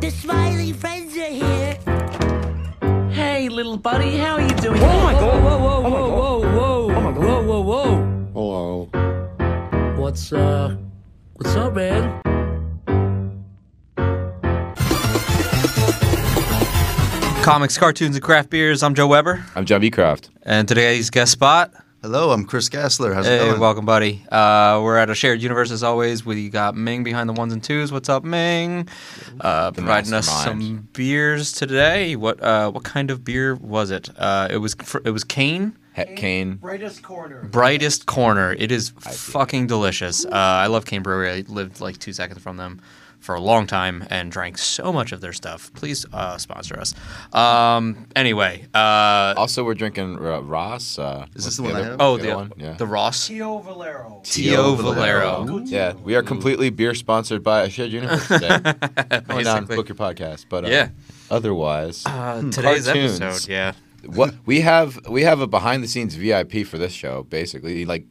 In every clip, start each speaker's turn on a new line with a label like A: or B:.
A: The smiley friends are here.
B: Hey, little buddy, how are you doing?
C: Oh my god!
B: Whoa, whoa,
C: Oh my
B: whoa,
C: God.
B: whoa, whoa,
C: Oh my God.
B: whoa, whoa, whoa.
D: Hello.
B: What's uh, what's up, man?
E: Comics, cartoons, and craft beers. I'm Joe Weber,
C: I'm John Beecroft.
E: and today's guest spot.
F: Hello, I'm Chris Gassler. How's it
E: Hey,
F: going?
E: welcome, buddy. Uh, we're at a shared universe as always. We got Ming behind the ones and twos. What's up, Ming? Uh, providing us
C: mastermind.
E: some beers today. What uh, what kind of beer was it? Uh, it was fr- it was Cane
C: Heck Kane.
E: Brightest Corner. It is fucking delicious. Uh, I love Cane Brewery. I lived like two seconds from them for a long time and drank so much of their stuff. Please uh, sponsor us. Um, anyway, uh,
C: Also, we're drinking uh, Ross. Uh,
F: Is this the one I have?
E: oh
C: the
E: the
C: other one? Yeah.
E: the Ross.
G: Tio Valero.
E: Tio Valero.
C: yeah, we are completely beer sponsored by a shared universe today. Going on,
E: Basically.
C: book your podcast, but uh,
E: Yeah.
C: Otherwise,
E: Uh, today's
C: Cartoons.
E: episode, yeah.
C: what we have we have a behind the scenes VIP for this show. Basically, like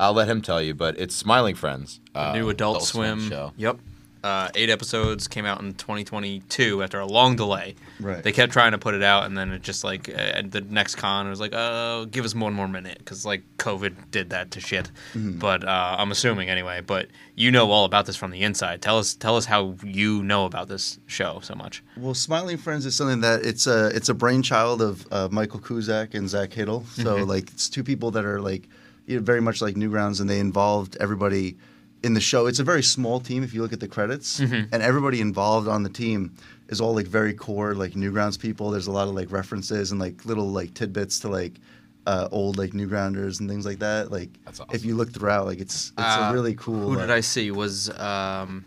C: I'll let him tell you, but it's Smiling Friends, uh,
E: New Adult, Swim.
C: show.
E: Yep. Uh, eight episodes came out in 2022 after a long delay.
F: Right.
E: They kept trying to put it out, and then it just like uh, at the next con it was like, oh, give us one more minute because like COVID did that to shit. But uh, I'm assuming anyway. But you know all about this from the inside. Tell us, tell us how you know about this show so much.
F: Well, Smiling Friends is something that it's a it's a brainchild of uh, Michael Kuzak and Zach Hiddle. So
E: Mm-hmm.
F: like it's two people that are like you know, very much like Newgrounds, and they involved everybody in the show. It's a very small team if you look at the credits,
E: Mm-hmm.
F: and everybody involved on the team is all like very core like Newgrounds people. There's a lot of like references and like little like tidbits to like. Uh, old like Newgrounders and things like that. Like
C: That's
F: if
C: awesome.
F: you look throughout, like it's it's a really cool.
E: Uh, Who
F: like-
E: did I see? Was um,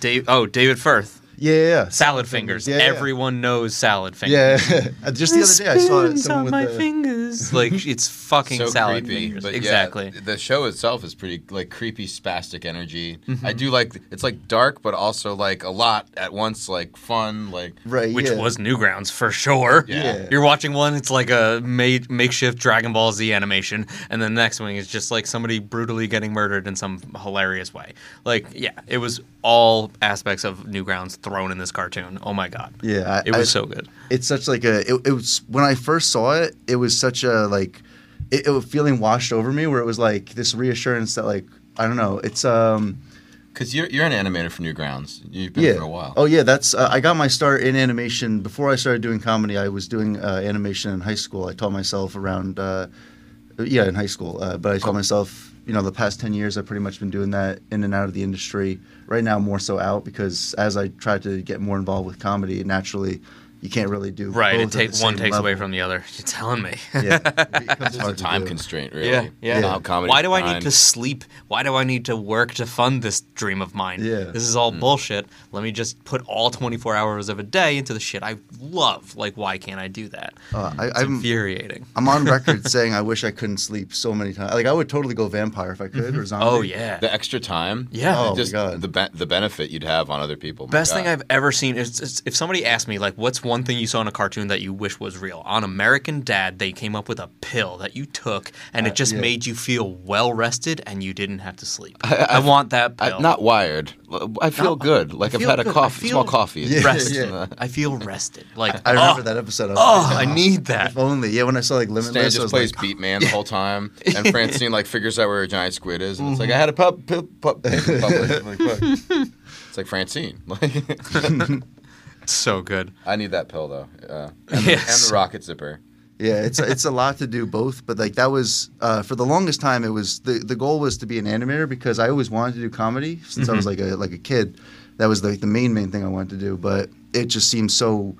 E: Dave? Oh, David Firth.
F: Yeah, yeah, yeah.
E: Salad fingers.
F: Yeah, yeah.
E: Everyone knows salad fingers.
F: Yeah, Uh, just the other day I saw
E: Spoons
F: someone
E: on
F: with
E: my
F: the,
E: fingers. Like it's fucking
C: so
E: salad
C: creepy,
E: fingers.
C: but yeah,
E: exactly.
C: the show itself is pretty like creepy, spastic energy.
E: Mm-hmm.
C: I do like it's like dark, but also like a lot at once, like fun, like
F: right,
E: Which
F: yeah.
E: was Newgrounds for sure.
C: Yeah.
E: You're watching one, it's like a made, makeshift Dragon Ball Z animation, and the next one is just like somebody brutally getting murdered in some hilarious way. Like, yeah, it was all aspects of Newgrounds thrown in this cartoon. Oh my god.
F: Yeah, I-
E: it was
F: I-
E: so good.
F: It's such like a. It, it was when I first saw it. It was such a like, it, it was feeling washed over me where it was like this reassurance that like I don't know. It's um
C: Because you're you're an animator for Newgrounds. You've been
F: yeah.
C: for a while.
F: Oh yeah, that's uh, I got my start in animation before I started doing comedy. I was doing uh, animation in high school. I taught myself around. Uh, yeah, in high school. Uh, but I taught myself, you know, the past 10 years, I've pretty much been doing that in and out of the industry. Right now, more so out because as I tried to get more involved with comedy, naturally, you can't really do
E: Right,
F: both
E: it
F: at
E: takes
F: the
E: one
F: same
E: takes away
F: level.
E: from the other. You're telling me.
F: Yeah, it becomes
C: There's a
F: hard to
C: time
F: do.
C: constraint, really.
E: Yeah, yeah.
C: How comedy
E: Why do I
C: defined.
E: need to sleep? Why do I need to work to fund this dream of mine?
F: Yeah.
E: This is
C: Hmm.
E: all bullshit. Let me just put all 24 hours of a day into the shit I love. Like, why can't I do that?
F: Uh, I,
E: it's
F: I'm,
E: infuriating.
F: I'm on record saying I wish I couldn't sleep so many times. Like I would totally go vampire if I could or zombie.
E: Oh, yeah.
C: the extra time?
E: Yeah. Oh,
F: my
C: just
F: God.
C: the be- the benefit you'd have on other people. My
E: Best
C: God.
E: thing I've ever seen is, is if somebody asked me like, "What's one thing you saw in a cartoon that you wish was real?" On American Dad, they came up with a pill that you took, and it just
F: Uh, yeah.
E: made you feel well rested, and you didn't have to sleep. I, want that pill.
C: I, not wired. I feel good. Like
E: feel
C: I've had
E: good.
C: a coffee,
E: I feel
C: small coffee.
F: Yeah,
E: rest.
F: yeah.
E: I feel rested. Like
F: I remember
E: oh,
F: that episode. I was
E: Oh,
F: like,
E: I need that.
F: If only. Yeah, when I saw like
C: Stan
F: Limitless, I
C: just
F: was
C: plays
F: like,
C: Beat Man the whole time, and Francine like figures out where a giant squid is, and
E: Mm-hmm.
C: it's like I had a pub, pub, pub, public. Like, fuck. it's like Francine. Like
E: So good.
C: I need that pill though. Uh, and, the,
E: Yes.
C: and the rocket zipper.
F: yeah, it's it's a lot to do both, but like that was uh, for the longest time. It was the the goal was to be an animator because I always wanted to do comedy since I was
C: Mm-hmm.
F: like a like a kid. That was like the main main thing I wanted to do, but it just seemed so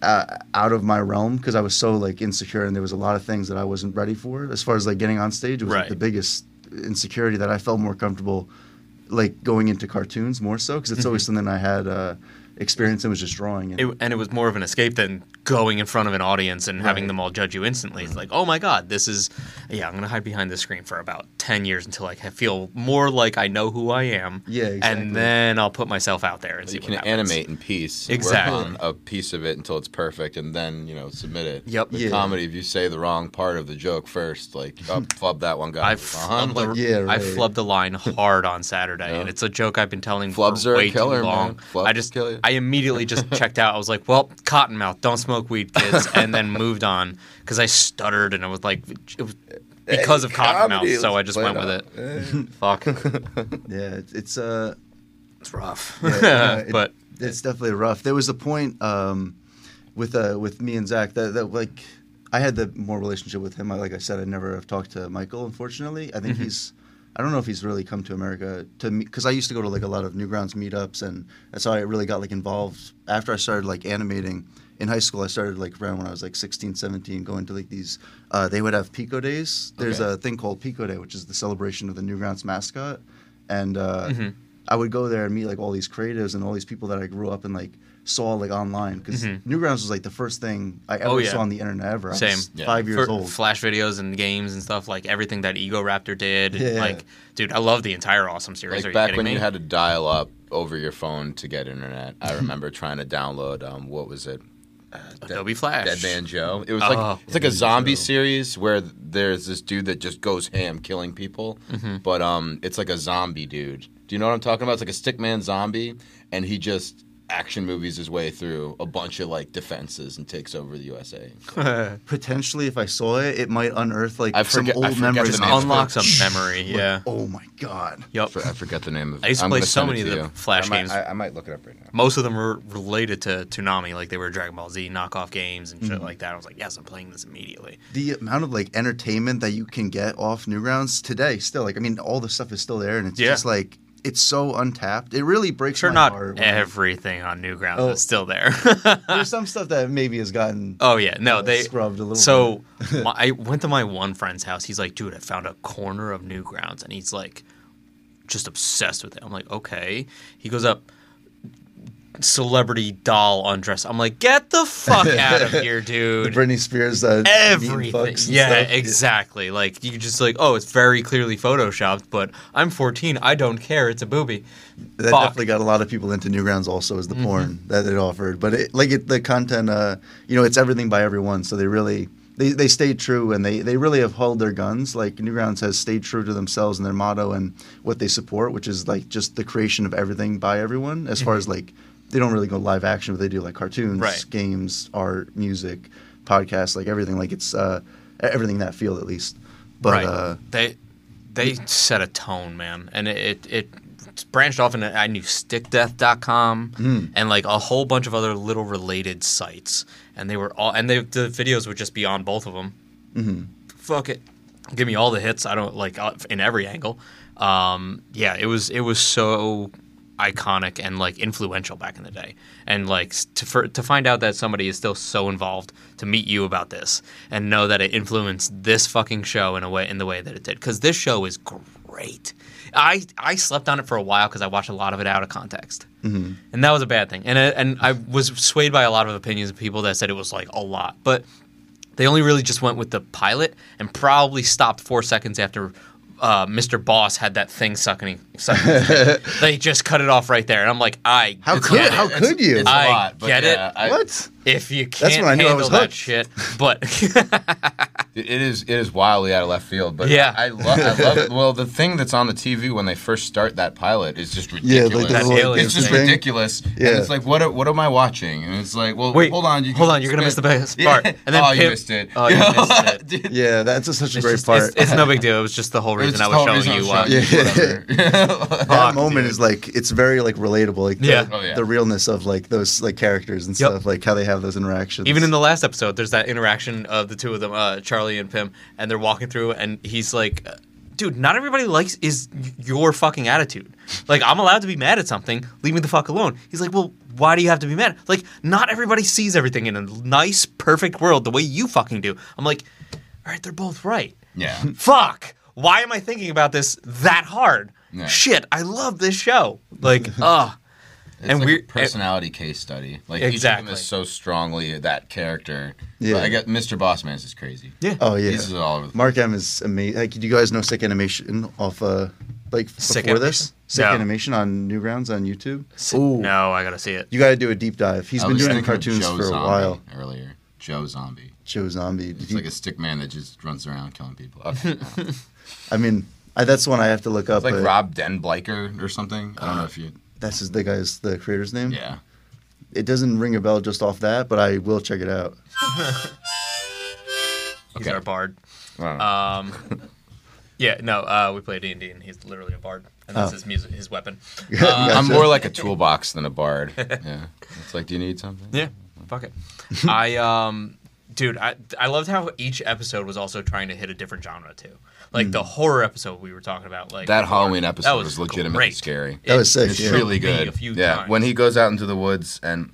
F: uh, out of my realm because I was so like insecure and there was a lot of things that I wasn't ready for as far as like getting on stage was like,
E: Right.
F: the biggest insecurity that I felt more comfortable like going into cartoons more so because it's always
C: Mm-hmm.
F: something I had uh, experience in was just drawing. And,
E: It, and it was more of an escape than going in front of an audience and having them all judge you instantly. It's like, oh my God, this is, yeah, I'm going to hide behind this screen for about 10 years until I can feel more like I know who I am.
F: Yeah, exactly.
E: And then I'll put myself out there and see
C: You
E: what
C: can
E: happens.
C: animate in peace. work
E: Exactly.
C: on a piece of it until it's perfect, and then you know submit it.
E: Yep.
C: With
F: Yeah.
C: comedy, if you say the wrong part of the joke first, like oh, flubbed that one guy.
E: I
C: Uh-huh.
E: flubbed, the,
C: Like,
F: Yeah,
E: I
F: right.
E: flubbed the line hard on Saturday, and it's a joke I've been telling
C: Flubs
E: for
C: are a
E: way
C: killer,
E: too long.
C: man. Flubs
E: I just
C: kill you.
E: I I immediately just checked out. I was like, well, cottonmouth, don't smoke weed, kids, and then moved on because I stuttered and it was like, it was because of
D: Comedy,
E: cottonmouth. So I
D: let's
E: just
D: play
E: went with
D: it
E: it. Fuck,
F: Yeah, it's, it's uh,
E: it's rough.
F: yeah, it-
E: but
F: it's definitely rough. There was a point um, with uh, with me and Zach that, that like I had the more relationship with him. I, like I said, I never have talked to Michael. Unfortunately, I think
E: Mm-hmm.
F: he's. I don't know if he's really come to America to me because I used to go to like a lot of Newgrounds meetups, and that's how I really got like involved after I started like animating. In high school, I started like around when I was like 16, 17, going to like these. Uh, they would have Pico days. There's
C: Okay.
F: a thing called Pico Day, which is the celebration of the Newgrounds mascot, and uh,
E: Mm-hmm.
F: I would go there and meet like all these creatives and all these people that I grew up and like saw like online because Newgrounds was like the first thing I ever
E: Mm-hmm. Oh, yeah.
F: saw on the internet ever. I
E: Same.
F: was
C: Yeah.
F: five years
E: for
F: old.
E: flash videos and games and stuff like everything that Ego Raptor did.
F: Yeah.
E: Like, dude, I love the entire Awesome series. Are
C: Like
E: you
C: back
E: kidding
C: when
E: me?
C: you had to dial up over your phone to get internet, I remember trying to download um, what was it?
E: Adobe Flash.
C: Dead Man Joe. It was like
E: Oh.
C: it's like a zombie series where th- there's this dude that just goes ham killing people,
E: Mm-hmm.
C: but um, it's like a zombie dude. Do you know what I'm talking about? It's like a stickman zombie, and he just action movies his way through a bunch of like defenses and takes over the USA.
F: Potentially, if I saw it, it might unearth like
C: I
F: some
C: forget- I
F: old
C: forget
F: memories.
C: the
F: and
C: name.
F: I'll-
E: Unlocks a memory.
F: like,
E: Yeah.
F: Oh my god.
E: Yup.
C: For- I forget the name of.
E: I used to
C: I'm
E: play
C: gonna
E: so
C: send it
E: many of
C: to
E: the
C: you.
E: Flash
C: I might,
E: games.
C: I, I might look it up right now.
E: most of them were related to Toonami, like they were Dragon Ball Z knockoff games and shit
F: Mm-hmm.
E: like that. I was like, yes, I'm playing this immediately.
F: The amount of like entertainment that you can get off Newgrounds today, still like I mean, all the stuff is still there, and it's
E: Yeah.
F: just like it's so untapped. It really breaks
E: Sure,
F: my
E: not
F: heart. when-
E: everything on Newgrounds
F: Oh.
E: is still there.
F: There's some stuff that maybe has gotten
E: oh yeah, no,
F: uh,
E: they
F: scrubbed a little.
E: So my, I went to my one friend's house. He's like, dude, I found a corner of Newgrounds, and he's like, just obsessed with it. I'm like, okay. He goes up, celebrity doll undress. I'm like, get the fuck out of here,
F: bit.
E: dude.
F: Britney Spears, uh, meat
E: everything.
F: fucks and
E: Yeah,
F: stuff.
E: exactly. Like you just like, oh, it's very clearly photoshopped, but I'm 14. I don't care. It's a booby.
F: That
E: Fuck. Mm-hmm.
F: definitely got a lot of people into Newgrounds. Also, is the porn that it offered, but it, like it, the content, uh, you know, it's everything by everyone. So they really they, they stayed true and they they really have held their guns. Like Newgrounds has stayed true to themselves and their motto and what they support, which is like just the creation of everything by everyone. As far as like they don't really go live action, but they do like cartoons,
E: Mm-hmm. Right.
F: games, art, music, podcasts, like everything. Like it's uh, everything in that field at least. But
E: right.
F: uh,
E: they they set a tone, man, and it it, it branched off into I knew StickDeath.com
F: Hmm.
E: and like a whole bunch of other little related sites, and they were all and they, the videos would just be on both of them. Mm-hmm. Fuck it, give me all the hits. I don't like uh, in every angle. Um, yeah, it was it was so iconic and like influential back in the day and like s- to for, to find out that somebody is still so involved to meet you about this and know that it influenced this fucking show in a way in the way that it did cuz this show is great. I I slept on it for a while cuz I watched a lot of it out of context. Mm-hmm. And that was a bad thing. And I, and I was swayed by a lot of opinions of people that said it was like a lot, but they only really just went with the pilot and probably stopped four seconds after uh, Mr. Boss had that thing sucking. sucking his dick. they just cut it off right there, and I'm like, I
F: how
E: get
F: could
E: it.
F: how could you?
C: It's a
E: I
C: lot, but
E: get it.
C: yeah, I-
F: what?
E: if you can't
F: when I knew I
E: handle
F: was
E: that
F: hooked.
E: shit, but
C: It it is it is wildly out of left field, but
E: Yeah.
C: I, I, lo- I love it. Well, the thing that's on the TV when they first start that pilot is just
F: Yeah,
C: ridiculous.
F: like the
E: That's
F: little
E: alien
C: it's just
E: thing.
C: ridiculous.
F: Yeah.
C: And it's like, what what am I watching? And it's like, well,
E: Wait,
C: hold on, you
E: hold
C: can
E: on, you're gonna miss the
C: expand-
E: best part.
C: Yeah.
E: And then
C: oh, you
E: Pip-
C: missed it.
E: Oh, you missed it.
C: Dude,
F: Yeah, that's a, such a
E: it's,
F: great
E: just-
F: part.
E: it's- it's no big deal. It was just the whole
C: it's
E: reason I
C: just
E: was
C: the whole
E: showing
C: reason
E: you why.
C: I was showing you whatever.
F: that
E: Fuck,
F: moment
E: dude.
F: is like it's very like relatable like the,
E: Yeah.
C: Oh, yeah.
F: the realness of like those like characters and
E: Yep.
F: stuff like how they have those interactions
E: Even in the last episode, there's that interaction of the two of them, uh, Charlie and Pim, and they're walking through, and he's like, "Dude, not everybody likes is your fucking attitude. Like, I'm allowed to be mad at something. Leave me the fuck alone." He's like, "Well, why do you have to be mad? Like, not everybody sees everything in a nice, perfect world the way you fucking do." I'm like, "All right, they're both right.
C: yeah.
E: Fuck. Why am I thinking about this that hard?
C: Yeah.
E: Shit, I love this show. Like, ah."
C: It's
E: And
C: like
E: we're-
C: a personality case study. Like each of
E: Exactly.
C: them is so strongly that character.
F: Yeah.
C: Yeah. I got Mr. Bossman's is crazy.
E: Yeah.
F: oh yeah
C: He's all over the
F: mark m is amazing like do you guys know sick animation off uh like
E: Sick
F: before this
E: Animation?
F: sick
E: No.
F: animation on newgrounds on youtube
E: Oh No, I gotta see it.
F: you got to do a deep dive He's
C: I
F: been
C: was
F: doing
C: thinking of
F: cartoons
C: Joe
F: for a
C: Zombie
F: while
C: earlier. Joe Zombie.
F: joe zombie Did
C: It's
F: you-
C: like a stick man that just runs around killing people. Okay. it's
F: i mean I, that's one i have to look up
C: like
F: but
C: Rob Denbliker or something. I don't know if you.
F: that's his, the guy's the creator's name
C: Yeah.
F: it doesn't ring a bell just off that, but I will check it out.
E: He's
C: Okay.
E: our bard.
C: Uh,
E: Um, yeah, no, uh, we play D and D, and he's literally a bard, and that's his music, his weapon.
C: I'm
F: Gotcha.
C: more like a toolbox than a bard. Yeah, it's like, do you need something?
E: Yeah, fuck it. I um, dude, I I loved how each episode was also trying to hit a different genre too. Like the horror episode we were talking about, like
C: That Halloween episode
E: that
C: was,
E: was
C: legitimately
E: great.
C: scary.
F: That was sick,
E: it
C: It's
F: yeah.
E: shook
C: really
E: me
C: good.
E: A few
C: yeah,
E: times.
C: when he goes out into the woods and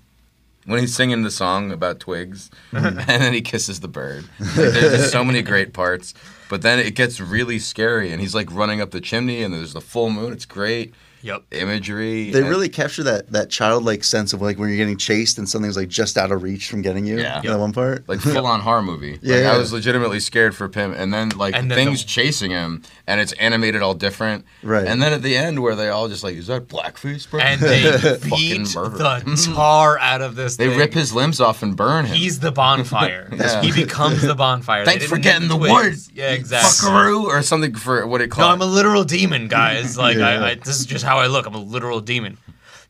C: when he's singing the song about twigs,
F: Mm-hmm.
C: and then he kisses the bird. Like, there's just so many great parts, but then it gets really scary, and he's like running up the chimney, and there's the full moon. It's great
E: yep,
C: imagery.
F: They
C: and-
F: really capture that that childlike sense of like when you're getting chased and something's like just out of reach from getting you.
C: Yeah.
F: That one part.
C: like full on horror movie.
F: Yeah,
C: like,
F: yeah.
C: I was legitimately scared for Pim, and then like
E: And then
C: things
E: the-
C: chasing him, and it's animated all different.
F: Right.
C: And then at the end, where they all just like, is that blackface, bro?
E: and they beat
C: fucking murder.
E: the tar out of this.
C: they
E: thing.
C: rip his limbs off and burn him.
E: He's the bonfire.
C: Yeah.
E: He becomes the bonfire. They
C: Thanks
E: didn't
C: for getting
E: need
C: the
E: twigs.
C: wood,
E: Yeah,
C: you
E: exactly.
C: Fuckaroo or something for what it
E: No,
C: called.
E: I'm a literal demon, guys. Like,
F: Yeah.
E: I, I, this is just how I look. I'm a literal demon.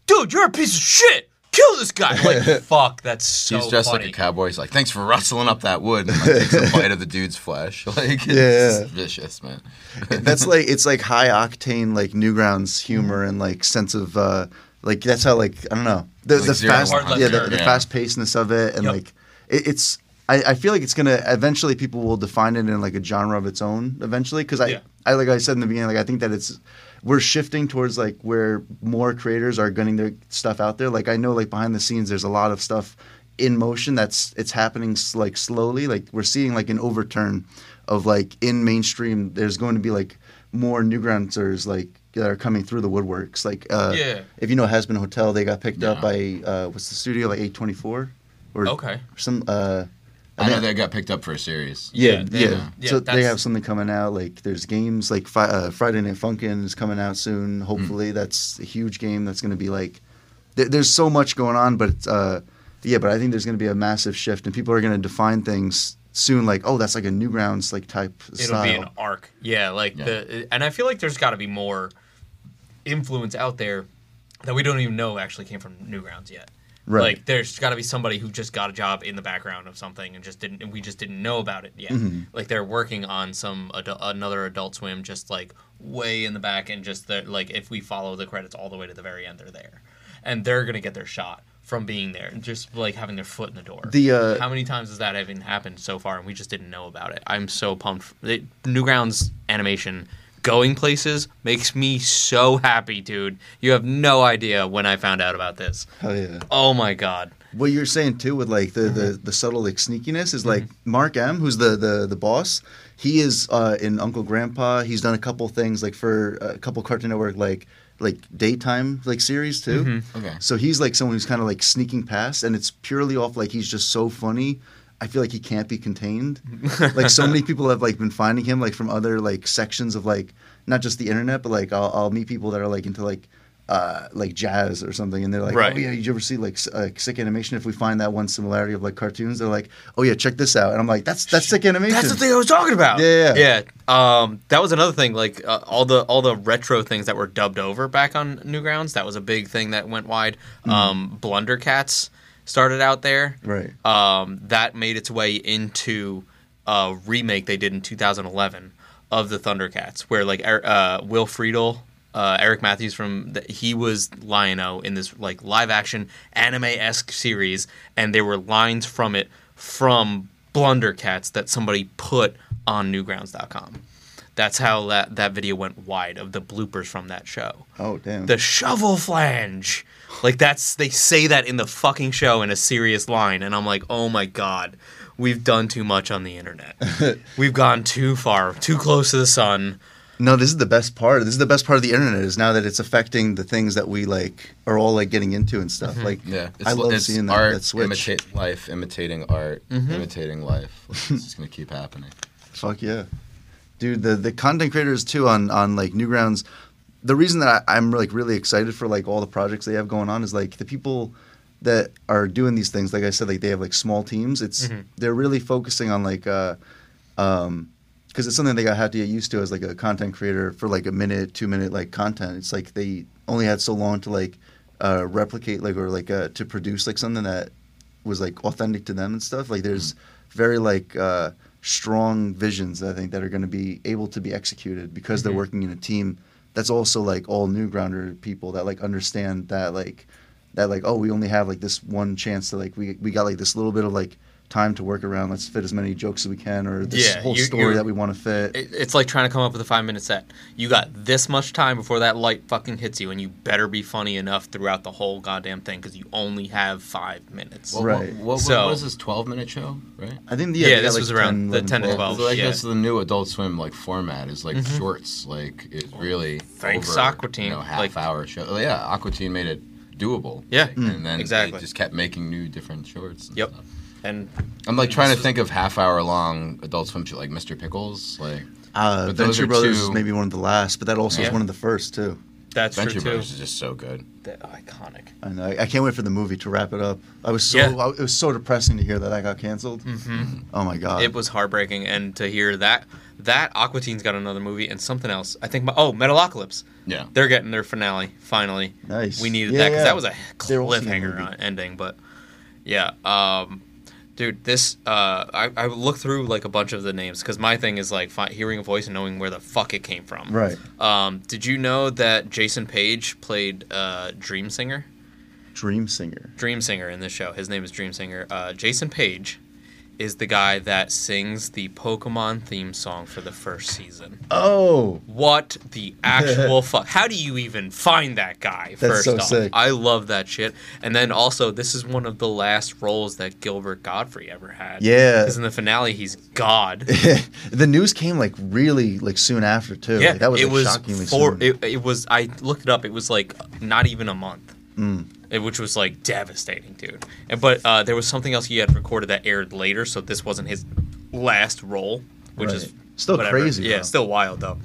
E: Dude, you're a piece of shit. Kill this guy. Like, fuck, that's so
C: He's dressed
E: funny.
C: like a cowboy. He's like, "Thanks for rustling up that wood." And like, takes a bite of the dude's flesh. Like, it's
F: Yeah.
C: vicious, man.
F: that's like it's like high octane like Newgrounds humor
C: Mm.
F: and like sense of uh like that's how like I don't know the
C: Like
F: the
C: zero
F: fast
C: to one
F: yeah
E: hundred,
F: the, the
C: yeah.
F: fast pacedness of it and
E: Yep.
F: like it, it's I, I feel like it's gonna eventually people will define it in like a genre of its own eventually because I
E: Yeah.
F: I like I said in the beginning like I think that it's we're shifting towards like where more creators are getting their stuff out there like I know like behind the scenes there's a lot of stuff in motion that's it's happening s- like slowly like we're seeing like an overturn of like in mainstream there's going to be like more newgrounders like that are coming through the woodworks like uh
E: Yeah.
F: if you know has been hotel they got picked up
C: Yeah.
F: by uh what's the studio like 824 or
E: Okay.
F: some uh
C: I know that got picked up for a series.
F: yeah,
E: they-
F: yeah.
E: yeah,
F: so they
E: that's-
F: have something coming out. Like there's games like fi- uh, Friday Night Funkin' is coming out
E: Mm.
F: soon. Hopefully, that's a huge game. That's going to be like, there there's so much going on, but uh, yeah, but I think there's going to be a massive shift, and people are going to define things soon. Like, oh, that's like a Newgrounds like type
E: It'll
F: style.
E: be an arc. Yeah, like
C: Yeah.
E: the. And I feel like there's got to be more influence out there that we don't even know actually came from Newgrounds yet.
F: Right.
E: Like, there's got to be somebody who just got a job in the background of something and just didn't, and we just didn't know about it yet.
F: Mm-hmm.
E: Like they're working on some adu- another Adult Swim, just like way in the back, and just the, like if we follow the credits all the way to the very end, they're there, and they're gonna get their shot from being there, just like having their foot in the door.
F: The, uh,
E: how many times has that even happened so far, and we just didn't know about it? I'm so pumped. They, Newgrounds animation going places makes me so happy, dude. You have no idea when I found out about this.
F: Hell yeah.
E: Oh my god.
F: What you're saying too with like the, the, the subtle like sneakiness is like Mark M, who's the the, the boss. He is uh, in Uncle Grandpa. He's done a couple things like for uh, a couple Cartoon Network like like daytime like series too.
C: Okay.
F: So he's like someone who's kind of like sneaking past, and it's purely off like he's just so funny. I feel like he can't be contained. like so many people have like been finding him like from other like sections of like not just the internet, but like I'll, I'll meet people that are like into like uh like jazz or something, and they're like,
E: Right.
F: oh yeah, did you ever see like s- uh, sick animation? If we find that one similarity of like cartoons, they're like, oh yeah, check this out, and I'm like, that's that's sick animation.
E: That's the thing I was talking about.
F: Yeah, yeah.
E: Yeah, Um, that was another thing. Like uh, all the all the retro things that were dubbed over back on Newgrounds. That was a big thing that went wide. Um, Blundercats started out there.
F: Mm-hmm. Right.
C: Uh,
E: Um, that made its way into a remake they did in 2011 of the Thundercats, where like Er- uh, Will Friedle. Uh, Eric Matthews from the, he was Lion-O in this like live action anime esque series, and there were lines from it from Blundercats that somebody put on Newgrounds.com. That's how that, that video went wide of the bloopers from that show
F: Oh damn.
E: the shovel flange. Like that's they say that in the fucking show in a serious line, and I'm like, oh my god, we've done too much on the internet. we've gone too far, too close to the sun.
F: No, this is the best part. This is the best part of the internet is now that it's affecting the things that we like are all like getting into and stuff. Like,
C: Mm-hmm. Yeah, it's,
F: I
C: li-
F: love
C: it's
F: seeing that,
C: art
F: that switch.
C: imitate life, imitating art,
E: Mm-hmm.
C: imitating life. It's just gonna keep happening.
F: Fuck yeah, dude. The the content creators too on on like Newgrounds. The reason that I, I'm like really excited for like all the projects they have going on is like the people that are doing these things. Like I said, like they have like small teams. It's they're really focusing on like. uh because it's something they got had to get used to as like a content creator for like a minute, two minute like content. It's like they only had so long to like uh, replicate like or like uh, to produce like something that was like authentic to them and stuff. Like there's
E: Hmm.
F: very like uh, strong visions I think that are going to be able to be executed because
E: Mm-hmm.
F: they're working in a team that's also like all new grounder people that like understand that like that like oh we only have like this one chance to like we we got like this little bit of like time to work around let's fit as many jokes as we can or this
E: Yeah,
F: whole
E: you-
F: story
E: you're-
F: that we want to fit
E: It- It's like trying to come up with a five minute set. You got this much time before that light fucking hits you, and you better be funny enough throughout the whole goddamn thing because you only have five minutes.
C: What,
F: Right.
C: What, what,
E: So-
C: what was this 12 minute show, right?
F: I think
E: Yeah,
F: they
E: this
F: got,
E: was around the 10 to 12.
C: So like
E: yeah.
C: that's the new Adult Swim like format is like shorts. Like it's really
E: Thanks,
C: over,
E: Aqua Teen.
C: You know, half
E: Like-
C: hour show. Oh, yeah, Aqua Teen made it doable.
E: Yeah,
C: Like,
E: mm,
C: and then
E: exactly.
C: they just kept making new different shorts. and
E: Yep.
C: stuff.
E: And
C: I'm like trying to think of half hour long Adult Swim shit like Mr. Pickles. Like
F: uh,
C: But those
F: Venture
C: are
F: Brothers is
C: two-
F: maybe one of the last but that also
E: Yeah.
F: is one of the first too
E: that's
C: Venture
E: true too.
C: Brothers is just so good.
E: They're iconic.
F: I know I can't wait for the movie to wrap it up I was so
E: Yeah. Mm-hmm.
F: I, it was so depressing to hear that that got canceled oh my god
E: It was heartbreaking, and to hear that that Aquateen's got another movie and something else. I think my oh Metalocalypse.
C: Yeah.
E: They're getting their finale finally.
F: Nice.
E: We needed
F: Yeah,
E: that because
F: yeah.
E: that was a
F: They're also getting a
E: cliffhanger
F: movie.
E: on ending. But yeah, um, dude, this uh, I I looked through like a bunch of the names because my thing is like fi- hearing a voice and knowing where the fuck it came from.
F: right
E: Um, did you know that Jason Page played uh, Dream Singer?
F: Dream Singer
E: Dream Singer in this show. His name is Dream Singer. Uh, Jason Page is the guy that sings the Pokemon theme song for the first season.
F: oh
E: What the actual fuck? How do you even find that guy?
F: That's
E: first
F: so
E: off,
F: sick.
E: I love that shit. And then also, this is one of the last roles that Gilbert Godfrey ever had.
F: Yeah.
E: because in the finale, he's God.
F: the news came like really like soon after too
E: yeah,
F: Like, that was,
E: it
F: like,
E: was
F: shockingly
E: four.
F: soon.
E: It, it was. I looked it up. It was like not even a month,
F: Mm.
E: It- which was like devastating, dude. And but uh, there was something else he had recorded that aired later, so this wasn't his last role, which is
F: Right. Still
E: whatever.
F: crazy,
E: Yeah,
F: though.
E: still wild though.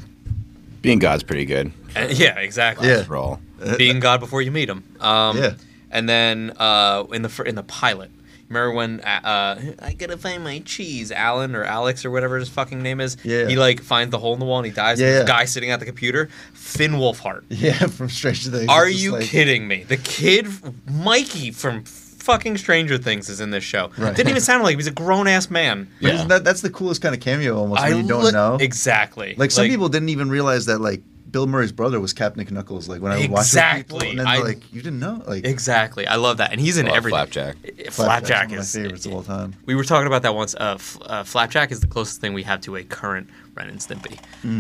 C: Being God's pretty good.
E: And- yeah, exactly.
F: Yeah.
C: Roll.
E: being God before you meet him. Um,
F: Uh, Yeah.
E: And then uh, in the fir- in the pilot, remember when uh, uh, I gotta find my cheese, Alan or Alex or whatever his fucking name is.
F: Yeah.
E: He like finds the hole in the wall and he dies.
F: Yeah,
E: and this
F: yeah.
E: guy sitting at the computer, Finn Wolfhard.
F: yeah from Stranger Things
E: Are
F: It's just,
E: you
F: like-
E: kidding me? The kid Mikey from fucking Stranger Things is in this show.
F: Right.
E: Didn't even sound like him. He's a grown ass man.
F: But
C: Yeah.
F: isn't that that's the coolest kind of cameo almost when you don't
E: li-
F: know
E: exactly.
F: Like some people didn't even realize that like Bill Murray's brother was Captain Knuckles. Like when I would watch
E: Exactly.
F: and then they're
E: I-
F: like you didn't know. Like
E: Exactly. I love that, and he's in
C: Love
E: everything.
C: Flapjack.
E: Flapjack,
F: one of my
E: is
F: favorites of all time.
E: We were talking about that once. Uh, f- uh, Flapjack is the closest thing we have to a current Ren and Stimpy.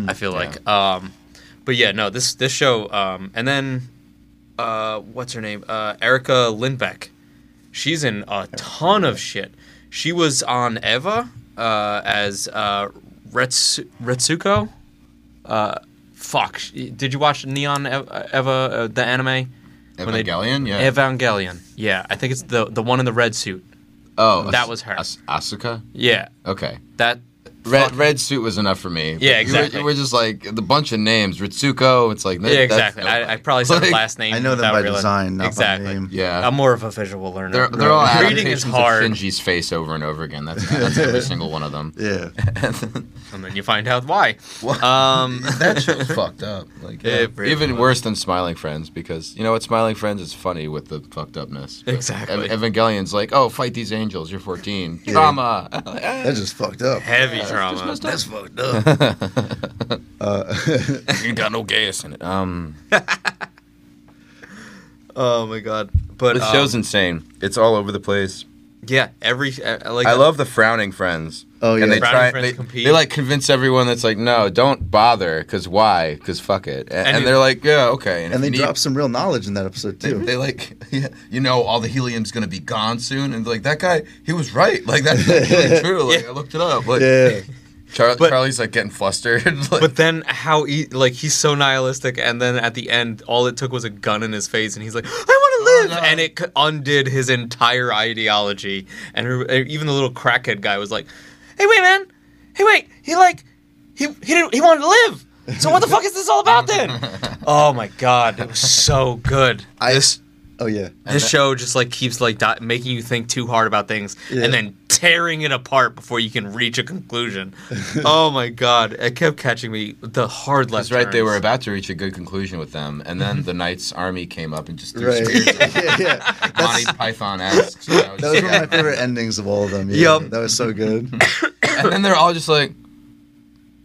E: I feel like. Um, but yeah, no, this this show, um, and then uh, what's her name? Uh, Erica Lindbeck. She's in a ton of shit. She was on Eva uh, as uh, Retsu- Retsuko. Uh, fuck. sh- Did you watch Neon Ev- Eva, uh, the anime? When they-
C: Evangelion, yeah.
E: Evangelion. Yeah, I think it's the the one in the red suit.
C: oh,
E: that
C: As-
E: was her.
C: As- Asuka.
E: Yeah,
C: Okay.
E: that.
C: Red
E: fuck-
C: red suit was enough for me. But
E: Yeah,
C: you were-
E: exactly.
C: You were, just like the bunch of names, Ritsuko. It's like that-
E: Yeah,
C: that's
E: exactly. I, I
C: nobody.
E: probably said
C: Like,
E: last name.
F: I know them
E: without
F: by
E: realizing-
F: design, not by
E: exactly.
F: name.
C: Yeah,
E: I'm more of a visual learner.
C: they're they're all
E: reading is
C: adaptations of
E: hard,
C: Shinji's face over and over again. That's, that's every single one of them.
F: Yeah.
E: and then you find out why. Um,
C: That show's fucked up. Like
E: It
C: yeah.
E: really
C: even
E: was.
C: worse than Smiling Friends because you know what Smiling Friends is funny with the fucked upness. But
E: Exactly.
C: Ev- Evangelion's like, oh, fight these angels. You're 14. Drama.
F: That's just fucked up.
E: heavy trauma.
F: That's Uh, fucked up.
C: you ain't got no gas in it. Um,
E: Oh my god. But
C: this
E: um,
C: show's insane. It's all over the place.
E: yeah, every I I like.
C: I love the frowning friends.
F: Oh, yeah.
C: and they
E: Frowning
C: try.
E: friends
C: They,
E: compete.
C: they like convince everyone that's like, no, don't bother, because why? Because fuck it. And, and
E: it-
C: they're like, yeah, okay. if
F: And they
C: you need-
F: dropped some real knowledge in that episode
C: They,
F: too.
C: they like, yeah, you know, all the helium's gonna be gone soon, and like that guy, he was right. Like that's really true. Like
E: Yeah.
C: I looked it up. Like
F: yeah.
C: Char-
E: But-
C: Charlie's like getting flustered. like,
E: But then how he like he's so nihilistic, and then at the end, all it took was a gun in his face, and he's like, "I want to live,"
C: Oh, no.
E: and it c- undid his entire ideology. And her, even the little crackhead guy was like, "Hey, wait, man! Hey, wait! He like he he didn't, he wanted to live." So what the fuck is this all about then? Oh my god, it was so good.
F: I, Oh yeah.
E: This show just like keeps like di- making you think too hard about things
F: Yeah.
E: and then tearing it apart before you can reach a conclusion. oh my god, it kept catching me the hard left.
C: That's right. They
E: turns.
C: were about to reach a good conclusion with them, and then the Knights Army came up and just threw
F: Mm-hmm. Right.
C: some weird
F: yeah, yeah.
C: Monty Python asks. you know,
F: That was
C: just-
F: one of my favorite endings of all of them. Yeah,
E: Yup.
F: that was so good.
C: and then they're all just like,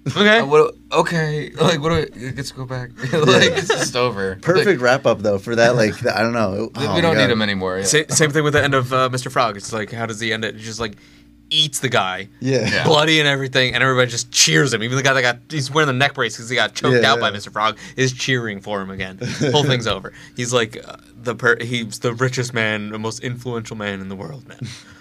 E: okay.
C: Uh, what, "Okay, like what? Do we, let's go back. like it's just over.
F: Perfect wrap up though for that. Like I don't know.
C: Like,
F: Oh,
C: we don't
F: my
C: need
F: God.
C: them anymore. Yeah.
E: Sa- same thing with the end of uh, Mr. Frog. It's like, how does he end it? He just like eats the guy,
F: Yeah.
C: Yeah.
E: bloody and everything, and everybody just cheers him. Even the guy that got he's wearing the neck brace because he got choked
F: Yeah,
E: out by
F: yeah.
E: Mr. Frog is cheering for him again. Whole thing's over. He's like uh, the per- he's the richest man, the most influential man in the world now.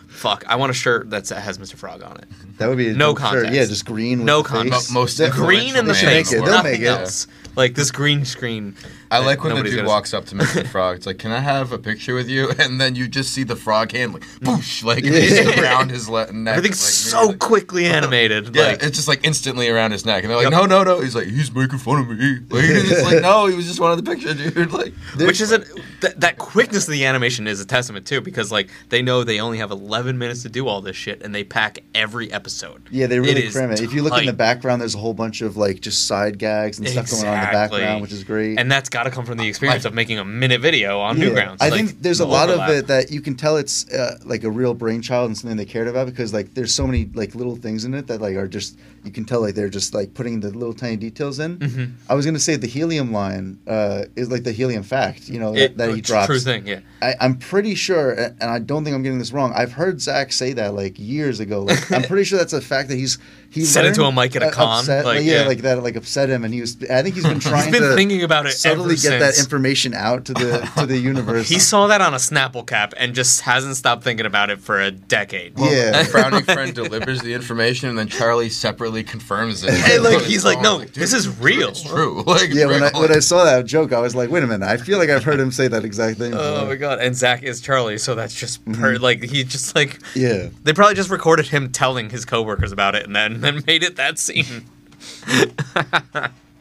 E: Fuck, I want a shirt that's, that has Mr. Frog on it.
F: That would be
E: No
F: sure,
E: context.
F: Yeah, just green. With
E: No
F: the
E: context.
F: Face.
C: Mo- most
F: Yeah,
E: Green in the
F: They should
E: face,
F: make it. They'll
E: nothing
F: make it.
E: else. Like this green screen.
C: I
E: that
C: like when the
E: nobody's
C: dude
E: gonna-
C: walks up to Mr. Frog. It's like, "Can I have a picture with you?" And then you just see the frog hand like, "Boosh!" Like it's around his le- neck.
E: Everything's
C: like,
E: so
C: maybe, like-
E: quickly animated.
C: Yeah,
E: like,
C: it's just like instantly around his neck, and they're
E: Yep.
C: like, "No, no, no!" He's like, "He's making fun of me." Like, it's like, "No, he was just one of the picture, dude." Like,
E: Which isn't that that quickness of the animation is a testament too, because like they know they only have 11 minutes to do all this shit, and they pack every episode.
F: Yeah, they really
E: is
F: cram it. If you look in the
E: tight.
F: background, there's a whole bunch of like just side gags and stuff going on in the
E: Exactly.
F: background, which is great.
E: and that's got to come from the experience of making a minute video on
F: Yeah.
E: Newgrounds.
F: I
E: Like,
F: think there's a
E: the
F: lot of
E: overlap.
F: it that you can tell it's uh, like a real brainchild and something they cared about because like there's so many like little things in it that like are just you can tell like they're just like putting the little tiny details in.
E: Mm-hmm.
F: I was gonna say the helium line uh, is like the helium fact, you know, that,
E: It-
F: that he
E: it's
F: drops.
E: True thing, yeah.
F: I, I'm pretty sure, a- and I don't think I'm getting this wrong. I've heard Zach say that like years ago. Like I'm pretty sure that's a fact that he's he
E: Said it to
F: learned,
E: a mic at a
F: uh,
E: con,
F: upset-
E: like,
F: yeah,
E: yeah.
F: like that, like upset him, and he was. I think he's been trying
E: He's been
F: to
E: thinking about it
F: subtly
E: ever
F: get
E: since.
F: that information out to the to the universe.
E: He saw that on a Snapple cap and just hasn't stopped thinking about it for a decade.
F: yeah,
C: frowning friend delivers the information, and then Charlie separately confirms it.
E: And, like
C: On his
E: he's like, no,
C: phone. dude,
E: this is real.
C: it's true. Like,
F: yeah. When I
C: real.
F: when I saw that joke, I was like, wait a minute. I feel like I've heard him say that exact thing.
E: Oh my
F: before.
E: god! And Zach is Charlie, so that's just
F: Mm-hmm.
E: per- like he just like
F: Yeah.
E: They probably just recorded him telling his coworkers about it and then then made it that scene.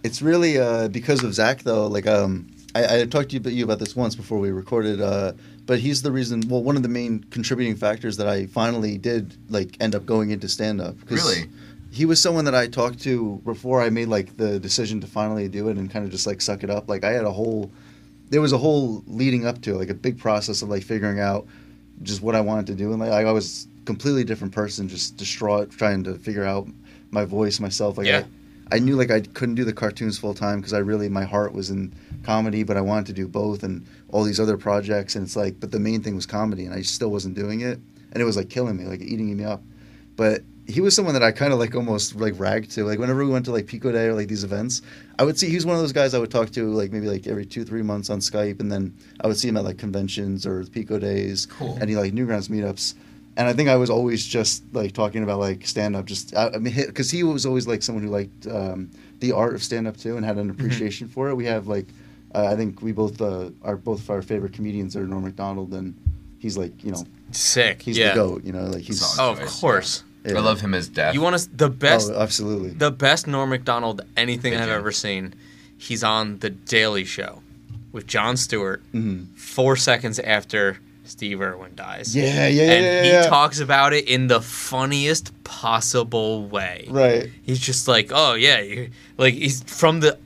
F: It's really uh, because of Zach though. Like um, I, I talked to you about, you about this once before we recorded, uh, but he's the reason. Well, one of the main contributing factors that I finally did like end up going into stand up.
C: Really?
F: He was someone that I talked to before I made like the decision to finally do it and kind of just like suck it up. Like I had a whole, there was a whole leading up to it, like a big process of like figuring out just what I wanted to do and like I was a completely different person, just distraught trying to figure out my voice myself. Like
E: Yeah.
F: I, I knew like I couldn't do the cartoons full time because I really my heart was in comedy, but I wanted to do both and all these other projects. And it's like, but the main thing was comedy, and I still wasn't doing it, and it was like killing me, like eating me up. But he was someone that I kind of like almost like ragged to. Like whenever we went to like Pico Day or like these events, I would see he was one of those guys I would talk to like maybe like every two three months on Skype, and then I would see him at like conventions or Pico Days, and he like Newgrounds meetups. And I think I was always just like talking about like stand up. Just I, I mean, because he was always like someone who liked um, the art of stand up too and had an
C: Mm-hmm.
F: appreciation for it. We have like, uh, I think we both uh, are both of our favorite comedians are Norm Macdonald and he's like you know
E: Sick.
F: he's
E: yeah.
F: the goat. You know like he's
C: Solid.
E: Oh, of course.
F: Yeah.
C: I love him as death.
E: You want to the best
F: oh absolutely
E: the best Norm Macdonald anything I've
C: Jim.
E: ever seen. He's on the Daily Show with Jon Stewart
F: Mm-hmm.
E: 4 seconds after Steve Irwin dies.
F: yeah yeah yeah
E: and
F: yeah,
E: he
F: yeah.
E: talks about it in the funniest possible way.
F: right.
E: He's just like, oh yeah, you like he's from the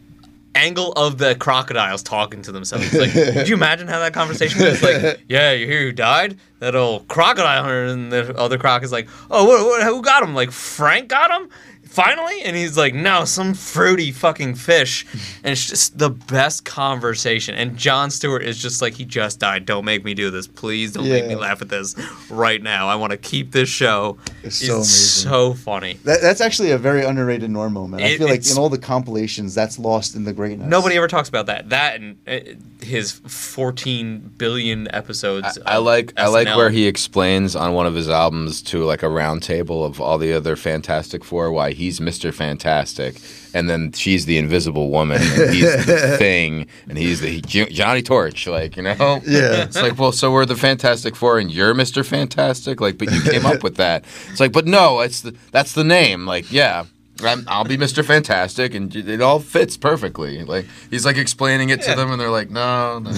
E: angle of the crocodiles talking to themselves. Like, could you imagine how that conversation was? Like, yeah, you hear who died? That old crocodile hunter, and the other croc is like, oh, what, what, who got him? Like Frank got him. Finally, and he's like, "No, some fruity fucking fish," and it's just the best conversation. And John Stewart is just like, "He just died. Don't make me do this, please. Don't make me
F: Yeah.
E: laugh at this right now. I want to keep this show.
F: It's so amazing.
E: so funny.
F: That, that's actually a very underrated Norm moment. I
E: It-
F: feel like
E: it's-
F: in all the compilations, that's lost in the greatness.
E: Nobody ever talks about that. That and uh, his 14 billion
C: I,
E: episodes.
C: I
E: of
C: like I like
E: SNL.
C: where he explains on one of his albums to like a round table of all the other Fantastic Four why he's Mr. Fantastic and then she's the Invisible Woman and he's the Thing and he's the Jo- Johnny Torch like you know
F: Yeah.
C: it's like well so we're the Fantastic Four and you're Mr. Fantastic like but you came up with that it's like but no it's the, that's the name like yeah I'm, I'll be Mr. Fantastic, and it all fits perfectly. Like he's like explaining it to
E: Yeah.
C: them, and they're like, no, no.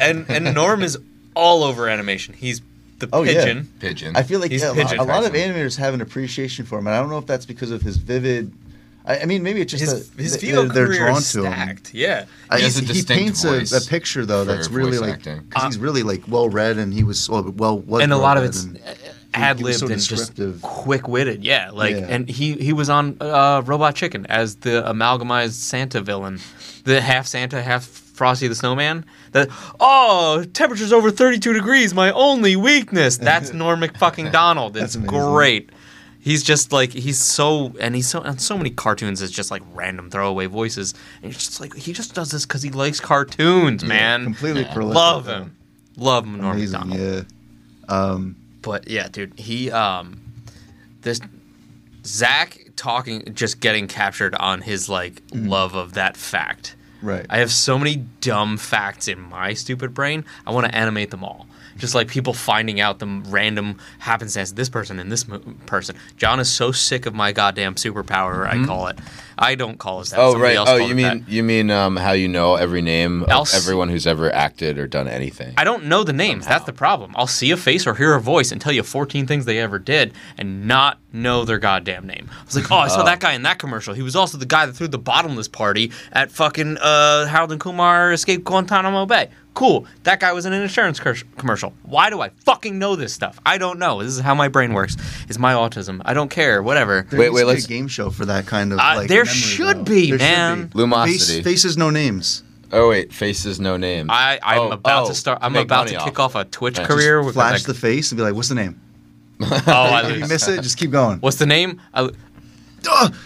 E: and and Norm is all over animation. He's the
F: Oh, yeah.
E: pigeon.
C: pigeon.
F: I feel like
E: He's
F: yeah, a, lo-
E: pigeon
F: a lot of
C: facing.
F: animators have an appreciation for him, and I don't know if that's because of his vivid. I, I mean, maybe it's just
E: His
F: that
E: his
F: they-
E: VO
F: they're,
E: career
F: drawn
E: is
F: to him.
E: stacked. Yeah,
F: I,
C: He has a
F: he
C: distinct
F: paints a,
C: voice
F: a picture though
C: for
F: that's really
C: voice
F: like
C: acting.
F: 'cause he's really like well read and he was well well was
E: Uh, and a lot of
F: well-read
E: it's
F: and-
E: ad
F: was so
E: libbed and just
F: descriptive.
E: quick witted. Yeah, like
F: Yeah.
E: and he he was on uh, Robot Chicken as the amalgamized Santa villain, the half Santa, half Frosty the Snowman. That oh, temperature's over thirty two degrees. My only weakness. That's Norm McFucking Donald. It's
F: amazing.
E: great. He's just like he's so and he's so and so many cartoons is just like random throwaway voices and it's just like he just does this because he likes cartoons, man.
F: completely prolific.
E: Love him, love him, Norm
F: Amazing,
E: McDonald.
F: yeah.
E: But yeah, dude, he um, this Zach talking just getting captured on his like
C: Mm.
E: love of that fact.
F: Right.
E: I have so many dumb facts in my stupid brain. I want to animate them all. Just like people finding out the random happenstance, this person and this mo- person. John is so sick of my goddamn superpower. I call it. I don't call it that.
C: Mm-hmm. Oh
E: Somebody
C: right.
E: else
C: Oh,
E: called
C: you
E: it that.
C: mean you mean um, how you know every name of
E: Else-
C: everyone who's ever acted or done anything?
E: I don't know the names. That's the problem. I'll see a face or hear a voice and tell you 14 things they ever did and not know their goddamn name. I was like, oh, I saw that guy in that commercial. He was also the guy that threw the bottomless party at fucking uh, Harold and Kumar Escape Guantanamo Bay. Cool. That guy was in an insurance cur- commercial. Why do I fucking know this stuff? I don't know. This is how my brain works. It's my autism. I don't care. Whatever.
F: There
C: Wait,
F: needs
C: wait,
F: to be
C: let's-
F: a game show for that kind of.
E: Uh,
F: like,
E: there
F: memory,
E: should
F: though.
E: be,
F: There should
E: man.
F: be. Face-
C: Lumosity.
F: faces no names.
C: oh wait, faces no name.
E: I, I'm
C: Oh,
E: about
C: oh,
E: to start. I'm
C: make
E: about to
C: money
E: kick
C: off
E: off a Twitch
C: Yeah, just
E: career. with
F: Flash the face and be like, "What's the name?"
E: Oh, I
F: If you
E: lose.
F: miss it, just keep going.
E: What's the name? I,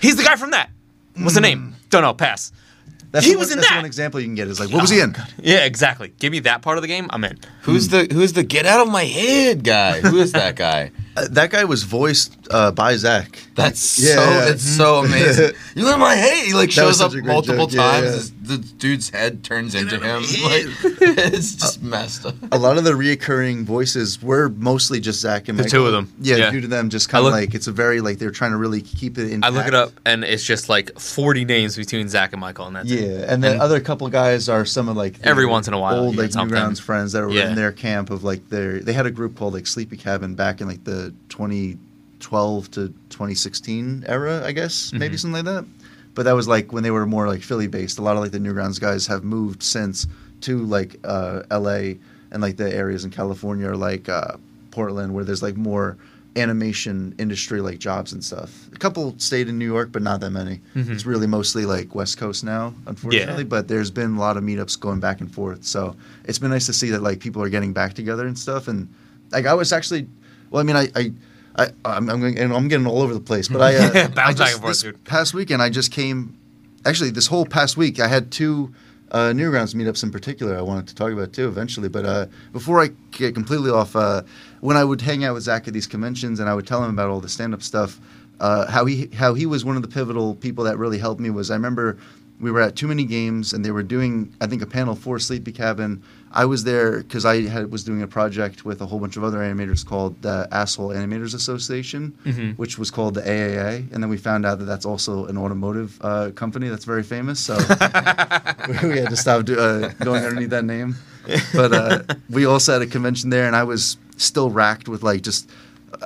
E: he's the guy from that. What's the
F: Hmm.
E: name? Don't know. Pass.
F: That's
E: He
F: the
E: was in
F: one, that's the
E: that!
F: one example you can get. Is like, what
C: Oh,
F: was he in?
E: Yeah, exactly. Give me that part of the game. I'm in.
C: Who's the Who's the get out of my head guy? Who is that guy?
F: Uh, that guy was voiced uh, by Zach.
C: That's
F: Yeah,
C: so
F: yeah.
C: that's so amazing. you in my head. He like
F: That was
C: shows
F: such
C: up
F: a great
C: multiple
F: joke. Yeah,
C: times.
F: yeah.
C: This- The dude's head turns into him. Like it's just messed up.
F: A lot of the reoccurring voices were mostly just Zach and
E: The
F: Michael.
E: two of them.
F: Yeah,
E: Yeah.
F: due to them, just kind of
E: look-
F: like it's a very like they're trying to really keep it in.
E: I look it up, and it's just like 40 names between Zach and Michael, and that's
F: Yeah,
E: it.
F: and then other couple guys are some of like the
E: Every once in a while,
F: old
E: you
F: like
E: get something.
F: Newgrounds friends that were
E: Yeah.
F: in their camp of like their they had a group called like Sleepy Cabin back in like the 2012 to 2016 era, I guess maybe something like that. But that was like when they were more like Philly based. A lot of like the Newgrounds guys have moved since to like uh, L.A. and like the areas in California or like uh, Portland where there's like more animation industry like jobs and stuff. A couple stayed in New York, but not that many. It's really mostly like West Coast now, unfortunately. But there's been a lot of meetups going back and forth, so it's been nice to see that like people are getting back together and stuff. And like I was actually, well, I mean, I. I I, I'm, I'm, going, and I'm getting all over the place, but I, uh,
E: Bounce
F: I
E: back
F: just-
E: and forth,
F: this
E: dude.
F: past weekend I just came, actually this whole past week I had two uh, Newgrounds meetups in particular I wanted to talk about too eventually. But uh, before I get completely off, uh, when I would hang out with Zach at these conventions and I would tell him about all the stand up stuff, uh, how he how he was one of the pivotal people that really helped me was I remember we were at too many games and they were doing i think a panel for sleepy cabin i was there because i had, was doing a project with a whole bunch of other animators called the asshole animators association which was called the aaa and then we found out that that's also an automotive uh, company that's very famous so we had to stop do, uh, going underneath that name but uh, we also had a convention there and i was still racked with like just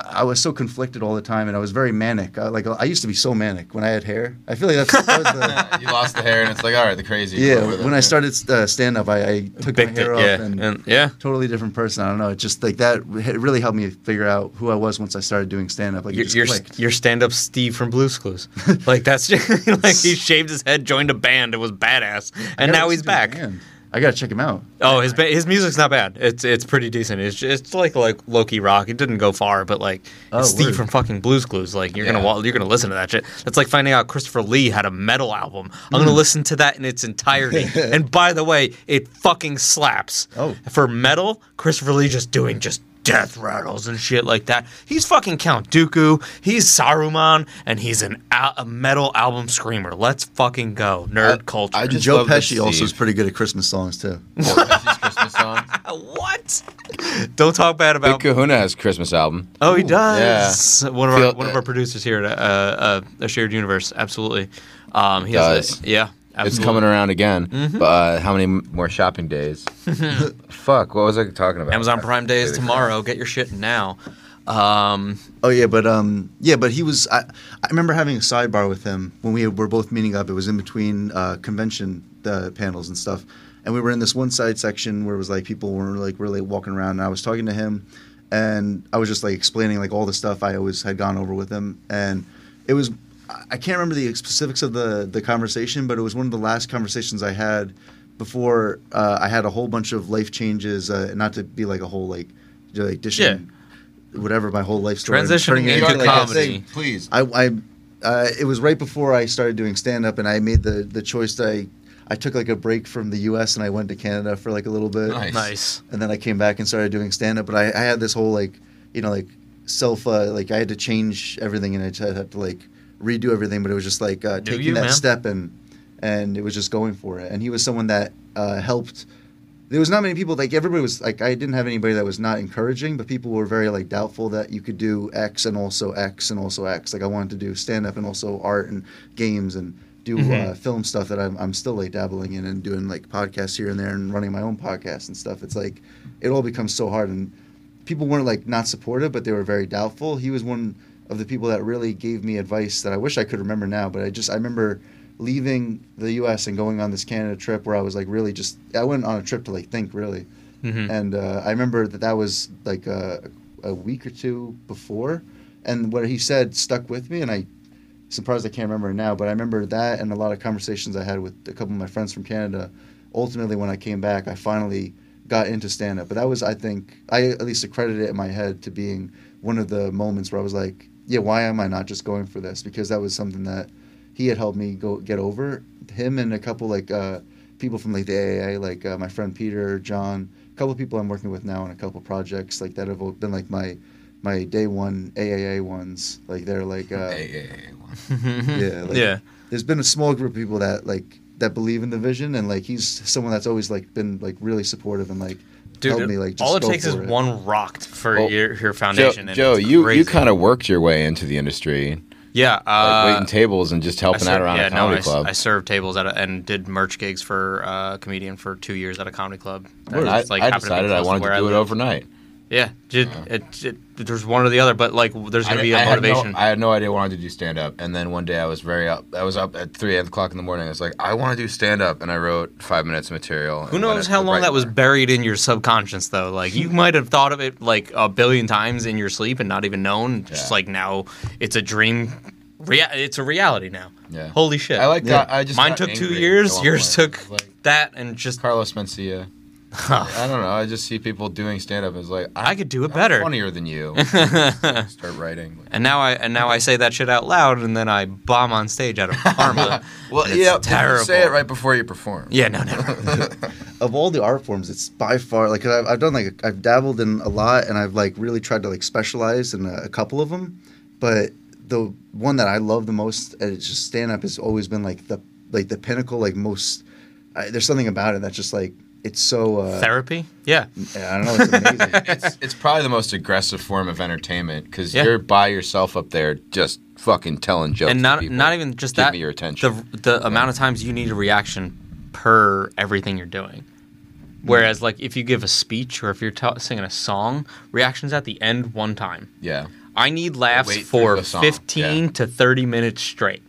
F: I was so conflicted all the time, and I was very manic. I, like I used to be so manic when I had hair. I feel like that's that was the,
C: You lost the hair, and it's like all right, the crazy.
F: yeah,
C: over
F: when
C: that.
F: I started uh, stand up, I, I took
E: Bicked
F: my hair
E: it,
F: off
E: yeah.
F: and,
E: And- yeah.
F: totally different person. I don't know. It just like that. It really helped me figure out who I was once I started doing stand up. Like it
E: You're,
F: just
E: you're,
F: clicked.
E: you're stand up Steve from Blue's Clues. like, that's just, like he shaved his head, joined a band, it was badass, and
F: I gotta
E: now he's
F: listen to
E: back.
F: his band. I gotta check him out.
E: Oh, his ba- his music's not bad. It's it's pretty decent. It's it's like like Loki rock. It didn't go far, but like it's
F: Oh,
E: Steve
F: word.
E: from fucking Blues Clues. Like you're gonna
C: Yeah.
E: wa- you're gonna listen to that shit. That's like finding out Christopher Lee had a metal album. I'm
C: Mm.
E: gonna listen to that in its entirety. and by the way, it fucking slaps.
F: Oh.
E: for metal, Christopher Lee just doing just. Death rattles and shit like that. He's fucking Count Dooku. He's Saruman, and he's an al- a metal album screamer. Let's fucking go, nerd culture.
C: I just
F: Joe
C: love that
F: Pesci also
C: Steve-
F: is pretty good at Christmas songs too.
C: Joe Pesci's Christmas on.
E: what? Don't talk bad
C: Big
E: about.
C: Kahuna has a Christmas album.
E: Oh, he does. One of our
C: Feel-
E: one of our producers here at uh, uh, a shared universe. Absolutely. Um, he
C: Does.
E: Has a, yeah. Absolutely. Mm-hmm.
C: It's coming around again. But uh, how many m- more shopping days? Fuck, what was I talking about?
E: Amazon Prime Day is tomorrow. Get your shit now. Um,
F: Oh yeah, but um, yeah, but he was. I, I remember having a sidebar with him when we were both meeting up. It was in between uh, convention uh, panels and stuff, and we were in this one side section where it was like people were like really walking around, and I was talking to him, and I was just like explaining like all the stuff I always had gone over with him, and it was. I I can't remember the specifics of the the conversation, but it was one of the last conversations I had before uh, I had a whole bunch of life changes. Uh, not to be like a whole like like dishing.
E: Yeah.
F: Whatever my whole life story.
E: Transitioning
F: turning it
E: into
F: like a
E: comedy.
F: thing.
C: please.
F: I, I uh, it was right before I started doing stand up, and I made the the choice that I I took like a break from the U.S. and I went to Canada for like a little bit,
C: Nice.
E: nice.
F: and then I came back and started doing stand up. But I, I had this whole like you know like self uh, like I had to change everything, and I just had to like redo everything. But it was just like uh,
E: Do
F: taking
E: you,
F: that
E: man?
F: step and and it was just going for it. And he was someone that uh, helped. There was not many people like everybody was like I didn't have anybody that was not encouraging, but people were very like doubtful that you could do X and also X and also X. Like I wanted to do stand up and also art and games and do
E: Mm-hmm.
F: uh, film stuff that I'm, I'm still like dabbling in and doing like podcasts here and there and running my own podcast and stuff. It's like it all becomes so hard and people weren't like not supportive, but they were very doubtful. He was one of the people that really gave me advice that I wish I could remember now, but I just I remember leaving the U.S. and going on this Canada trip where I was like really just I went on a trip to like think really, and uh, I remember that that was like a, a week or two before, and what he said stuck with me, and I surprised I can't remember it now, but I remember that and a lot of conversations I had with a couple of my friends from Canada. Ultimately, when I came back, I finally got into stand up. But that was, I think, I at least accredited it in my head to being one of the moments where I was like, yeah, why am I not just going for this? Because that was something that he had helped me go get over. Him and a couple like uh, people from like the AAA, like uh, my friend Peter, John, a couple of people I'm working with now on a couple projects like that have been like my my day one AAA ones. Like they're like uh,
C: Hey, hey, hey, one.
F: yeah, like,
E: Yeah.
F: There's been a small group of people that like that believe in the vision, and like he's someone that's always like been like really supportive and like
E: Dude,
F: helped me like just
E: all it
F: go
E: takes is
F: for it.
E: one rock for
C: Well,
E: your, your
C: Joe,
E: foundation. and
C: Joe
E: it's
C: you, you
E: crazy.
C: kind of worked your way into the industry,
E: yeah.
C: like
E: Uh,
C: waiting tables and just helping out
E: ser-
C: around
E: yeah,
C: a comedy
E: no, I s-
C: club.
E: I, served tables at a, and did merch gigs for uh, comedian for two years at a comedy club. That
C: and I,
E: just, like,
C: I
E: happened be
C: decided I
E: close
C: wanted
E: where
C: to do it
E: lived.
C: overnight.
E: Yeah, did, it, it, there's one or the other, but like there's
C: I,
E: gonna be a
C: didn't- I had no-
E: motivation.
C: I had no idea I wanted to do stand up, and then one day I was very up. I was up at three o'clock in the morning. I was like, I want to do stand up, and I wrote five minutes of material.
E: Who knows how long that was buried in your subconscious, though? Like you might have thought of it like a billion times in your sleep and not even known. Just
C: Yeah.
E: like now, it's a dream. Rea- it's a reality now.
C: Yeah.
E: Holy shit!
C: I like
F: Yeah.
C: that. I just
E: Mine
C: got
E: took two
C: angry at
E: years.
C: one
E: Yours
C: point.
E: took
C: Like,
E: that, and just
C: Carlos Mencia. I don't know. I just see people doing stand up. It's like
E: I could do it better.
C: funnier than you. Start writing.
E: And now I and now I say that shit out loud, and then I bomb on stage out of karma.
C: Well,
E: and it's
C: yeah,
E: terrible.
C: say it right before you perform.
E: Yeah, no, never.
F: of all the art forms, it's by far like 'cause I've, I've done like I've dabbled in a lot, and I've like really tried to like specialize in a, a couple of them, but the one that I love the most, and it's just stand up, has always been like the like the pinnacle, like most. I, there's something about it that's just like it's so. Uh,
E: Therapy? Yeah.
F: I don't know. It's amazing.
C: It's, it's probably the most aggressive form of entertainment because
E: Yeah.
C: you're by yourself up there just fucking telling jokes.
E: and
C: to
E: not
C: people.
E: not even just
C: Give
E: that.
C: me your attention.
E: The the amount of times you need a reaction per everything you're doing. Whereas, like, if you give a speech or if you're t- singing a song, reactions at the end one time.
C: Yeah.
E: I need laughs
C: Wait through
E: for
C: the song,
E: 15
C: yeah.
E: to 30 minutes straight.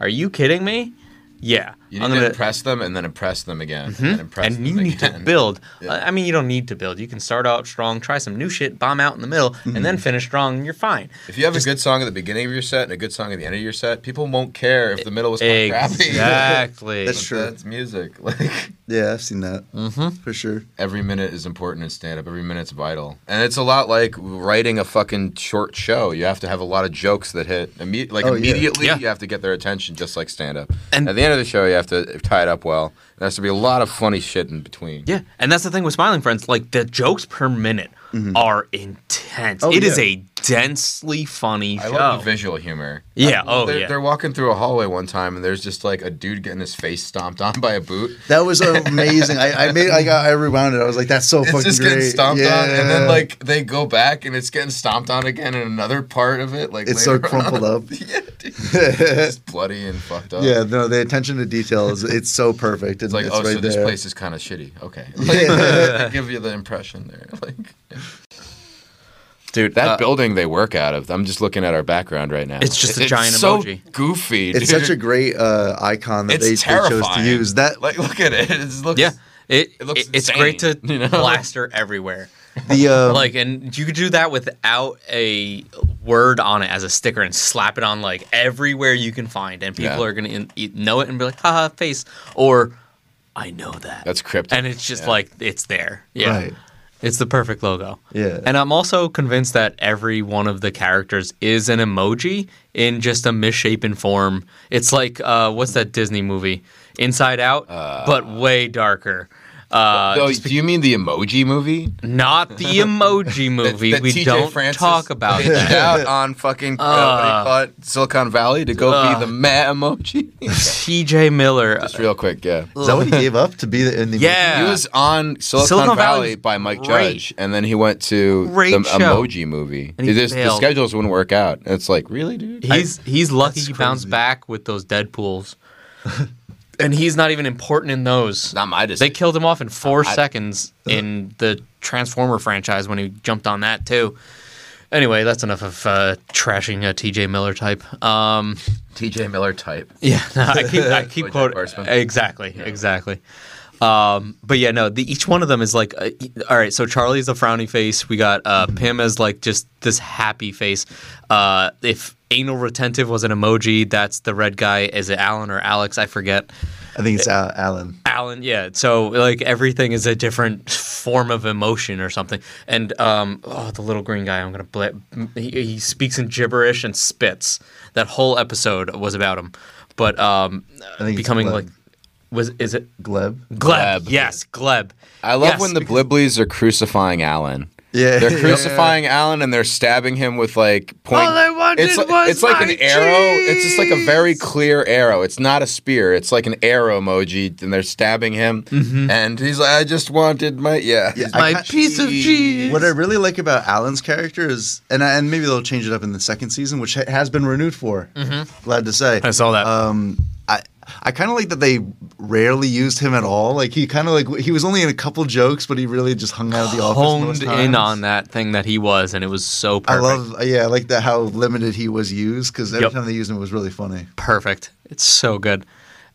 E: Are you kidding me? Yeah.
C: You
E: I'm
C: need to
E: gonna-
C: impress them and then impress them again. And, then impress
E: Mm-hmm. and
C: them
E: you need to
C: again.
E: build. I I mean, you don't need to build. You can start out strong, try some new shit, bomb out in the middle, and then
C: Mm-hmm.
E: finish strong, and you're fine.
C: If you have a good song at the beginning of your set and a good song at the end of your set, people won't care if the middle was kinda crappy.
E: Exactly.
F: That's true.
C: That's music. Like
F: Yeah, I've seen that
E: Mm-hmm.
F: for sure.
C: every minute is important in stand up. Every minute's vital. And it's a lot like writing a fucking short show. You have to have a lot of jokes that hit imme- like
F: Oh, yeah.
C: immediately.
E: Yeah.
C: You have to get their attention just like stand up.
E: And-
C: And at the end of the show, you have to tie it up well. There has to be a lot of funny shit in between.
E: Yeah, and that's the thing with Smiling Friends. Like the jokes per minute are intense. It is
F: Mm-hmm. Oh, yeah.
E: a densely funny
C: I
E: show.
C: love the visual humor.
E: Yeah,
C: I-
E: oh,
C: they're,
E: yeah.
C: They're walking through a hallway one time, and there's just like a dude getting his face stomped on by a boot.
F: That was amazing. I, I made I got I rewound it. I was like, that's so fucking
C: It's just
F: great.
C: getting stomped
F: yeah.
C: on, and then like they go back, and it's getting stomped on again in another part of it. Like
F: it's so
C: later on.
F: crumpled up.
C: yeah, dude. it's bloody and fucked up.
F: Yeah, no, the attention to detail is it's so perfect.
C: It's like, oh,
F: right
C: so this
F: there.
C: place is kind of shitty. Okay. Like, they give you the impression there. Like,
E: dude.
C: that
E: uh,
C: building they work out of, I'm just looking at our background right now.
E: It's just a giant
C: so
E: emoji.
C: goofy.
F: It's
C: dude.
F: such a great uh, icon that
C: It's
F: they, they chose to
C: terrifying.
F: use. That
C: Like, look at it. It's looks,
E: yeah, it,
C: It looks
E: it- it's great to
C: insane, you know?
E: plaster everywhere.
F: the um,
E: Like, and you could do that without a word on it as a sticker and slap it on like everywhere you can find, and people
C: Yeah.
E: are gonna in, e- know it and be like, haha, face, or I know that.
C: That's cryptic.
E: and it's just like it's there. Yeah.
F: Right.
E: It's the perfect logo.
F: Yeah.
E: And I'm also convinced that every one of the characters is an emoji in just a misshapen form. It's like uh, what's that Disney movie? Inside Out,
C: Uh,
E: but way darker. Uh,
C: Oh, do you mean the emoji movie?
E: not the emoji movie.
C: That
E: we
C: TJ
E: don't
C: Francis
E: talk about
C: pitched
E: that.
C: out on fucking uh, what do you call it? Silicon Valley to go
E: uh,
C: be the meh emoji.
E: TJ Miller. uh,
C: Just real quick, yeah.
F: is that what he gave up to be the, in the
E: Yeah.
C: He was on Silicon,
E: Silicon Valley
C: Valley,
E: was
C: by Mike
E: great.
C: Judge, and then he went to
E: Great
C: the
E: show.
C: Emoji movie.
E: And he
C: It just- the
E: failed.
C: schedules wouldn't work out. And it's like, really, dude?
E: He's he's lucky
F: that's
E: he bounced
F: crazy.
E: back with those Deadpool's. and he's not even important in those.
C: It's not my
E: They
C: decision.
E: killed him off in four seconds in the Transformer franchise when he jumped on that too. Anyway, that's enough of uh, trashing a TJ Miller type. Um,
C: TJ Miller type.
E: yeah, no, I keep I keep
C: Bojack
E: quoting
C: Horseman.
E: exactly, exactly. Um, but yeah, no, the, each one of them is like, uh, e- all right. So Charlie's the frowny face. We got uh, Pim as like just this happy face. Uh, if anal retentive was an emoji, that's the red guy. Is it Alan or Alex? I forget.
F: I think it's Al- Alan.
E: Alan, yeah. So like everything is a different form of emotion or something. And um, oh, the little green guy, I'm gonna bl- he, he speaks in gibberish and spits. That whole episode was about him. But um,
F: I think it's
E: becoming
F: Gleb.
E: like was is it
F: Gleb.
E: Gleb?
C: Gleb.
E: Yes, Gleb.
C: I love
E: Yes,
C: when the Bliblies are crucifying Alan.
F: Yeah.
C: They're crucifying Alan and they're stabbing him with like point.
E: All I wanted
C: it's like,
E: was
C: it's like
E: my
C: an arrow. It's just like a very
E: cheese.
C: clear arrow. It's not a spear. It's like an arrow emoji, and they're stabbing him. And he's like, "I just wanted my Mm-hmm. yeah,
F: I
E: my
F: can't-
E: piece of cheese.
F: What I really like about Alan's character is, and I, and maybe they'll change it up in the second season, which ha- has been renewed for. Glad to say.
E: Mm-hmm. I saw that.
F: Um, I I kind of like that they rarely used him at all. Like he kind of like he was only in a couple jokes, but he really just hung out of the office.
E: honed
F: most
E: in
F: times.
E: on that thing that he was, and it was so
F: I
E: perfect.
F: love, yeah, I like that how limited he was used because every
E: Yep.
F: time they used him, it was really funny.
E: perfect. It's so good.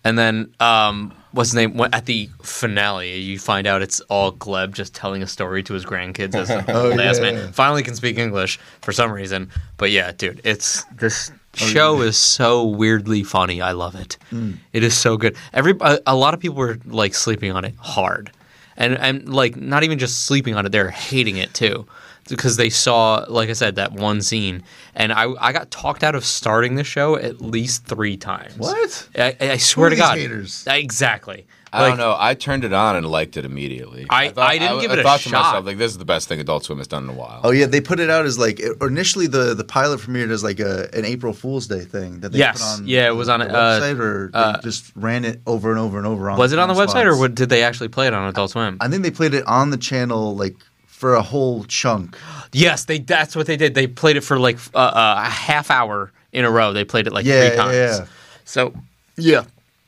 E: And then um, what's his name? When- At the finale, you find out it's all Gleb just telling a story to his grandkids as an old ass
F: yeah.
E: man. Finally, can speak English for some reason. But yeah, dude, it's this show
F: Oh,
E: is so weirdly funny. I love it.
F: Mm.
E: It is so good. Every a, a lot of people were like sleeping on it hard, and and like not even just sleeping on it, they're hating it too because they saw, like I said, that one scene, and I I got talked out of starting the show at least three times.
F: What?
E: I, I swear
F: Who
E: to
F: are these
E: God,
F: haters?
E: exactly.
C: I don't know. I turned it on and liked it immediately.
E: I- I didn't give it a
C: thought to
E: shot.
C: myself, like, this is the best thing Adult Swim has done in a while.
F: Oh yeah, they put it out as like or initially the the pilot premiered as like a an April Fool's Day thing that they
E: Yes.
F: put on.
E: Yeah, it was on
F: the
E: a- uh,
F: website or they just ran it over and over and over on.
E: Was it on the
F: time
E: website or
F: slots.
E: what, did they actually play it on Adult Swim?
F: I think they played it on the channel like for a whole chunk.
E: yes, they. That's what they did. They played it for like uh, uh, a half hour in a row. They played it like
F: Yeah,
E: three times.
F: yeah, yeah.
E: So yeah,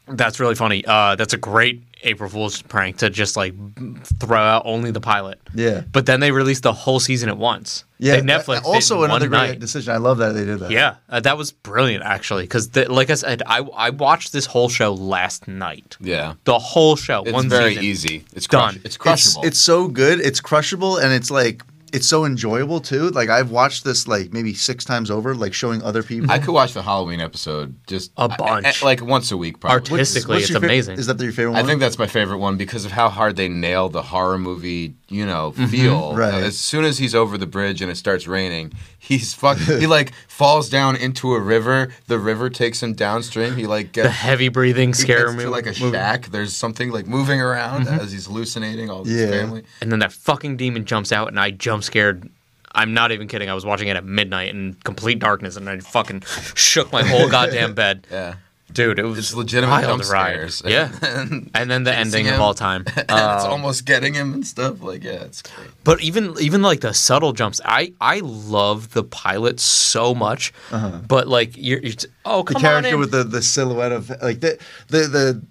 E: that's really funny. Uh, that's a great April Fool's prank to just like throw out only the pilot.
F: Yeah.
E: But then they released the whole season at once.
F: Yeah,
E: They Netflix.
F: that- Also another great
E: night.
F: decision. I love that they did that.
E: Yeah, uh, that was brilliant actually. Because like I said, I I watched this whole show last night.
C: Yeah.
E: The whole show.
C: It's
E: one
C: very
E: season.
C: easy. It's
E: Done.
C: crush- It's
F: It's,
C: crushable.
F: it's so good. It's crushable and it's like it's so enjoyable too. Like I've watched this like maybe six times over, like showing other people.
C: I could watch the Halloween episode just
E: A bunch.
C: I- I- like once a week, probably.
E: Artistic. Basically, it's
F: your favorite-
E: amazing.
F: Is that your favorite one?
C: I think that's my favorite one because of how hard they nail the horror movie, you know,
E: Mm-hmm.
C: feel. Uh,
F: Right.
C: As soon as he's over the bridge and it starts raining, he's fuck. he like falls down into a river. The river takes him downstream. He like
E: The
C: gets,
E: heavy breathing
C: he
E: scare
C: gets
E: movie. Mm-hmm.
C: to like a shack. There's something like moving around as he's hallucinating all his
F: Yeah.
C: family.
E: and then that fucking demon jumps out, and I jump scared. I'm not even kidding. I was watching it at midnight in complete darkness, and I fucking shook my whole goddamn bed.
C: Yeah.
E: Dude, it was
C: It's legitimate
E: wild
C: jump
E: ride.
C: scares.
E: Yeah,
C: And-
E: and then the ending
C: him.
E: of all time.
C: and
E: Um,
C: it's almost getting him and stuff. Like, yeah, it's great.
E: But even even like the subtle jumps, I I love the pilot so much.
C: Uh-huh.
E: But like you're, you're t- oh
F: the
E: come on
F: character
E: in.
F: with the, the silhouette of like the the the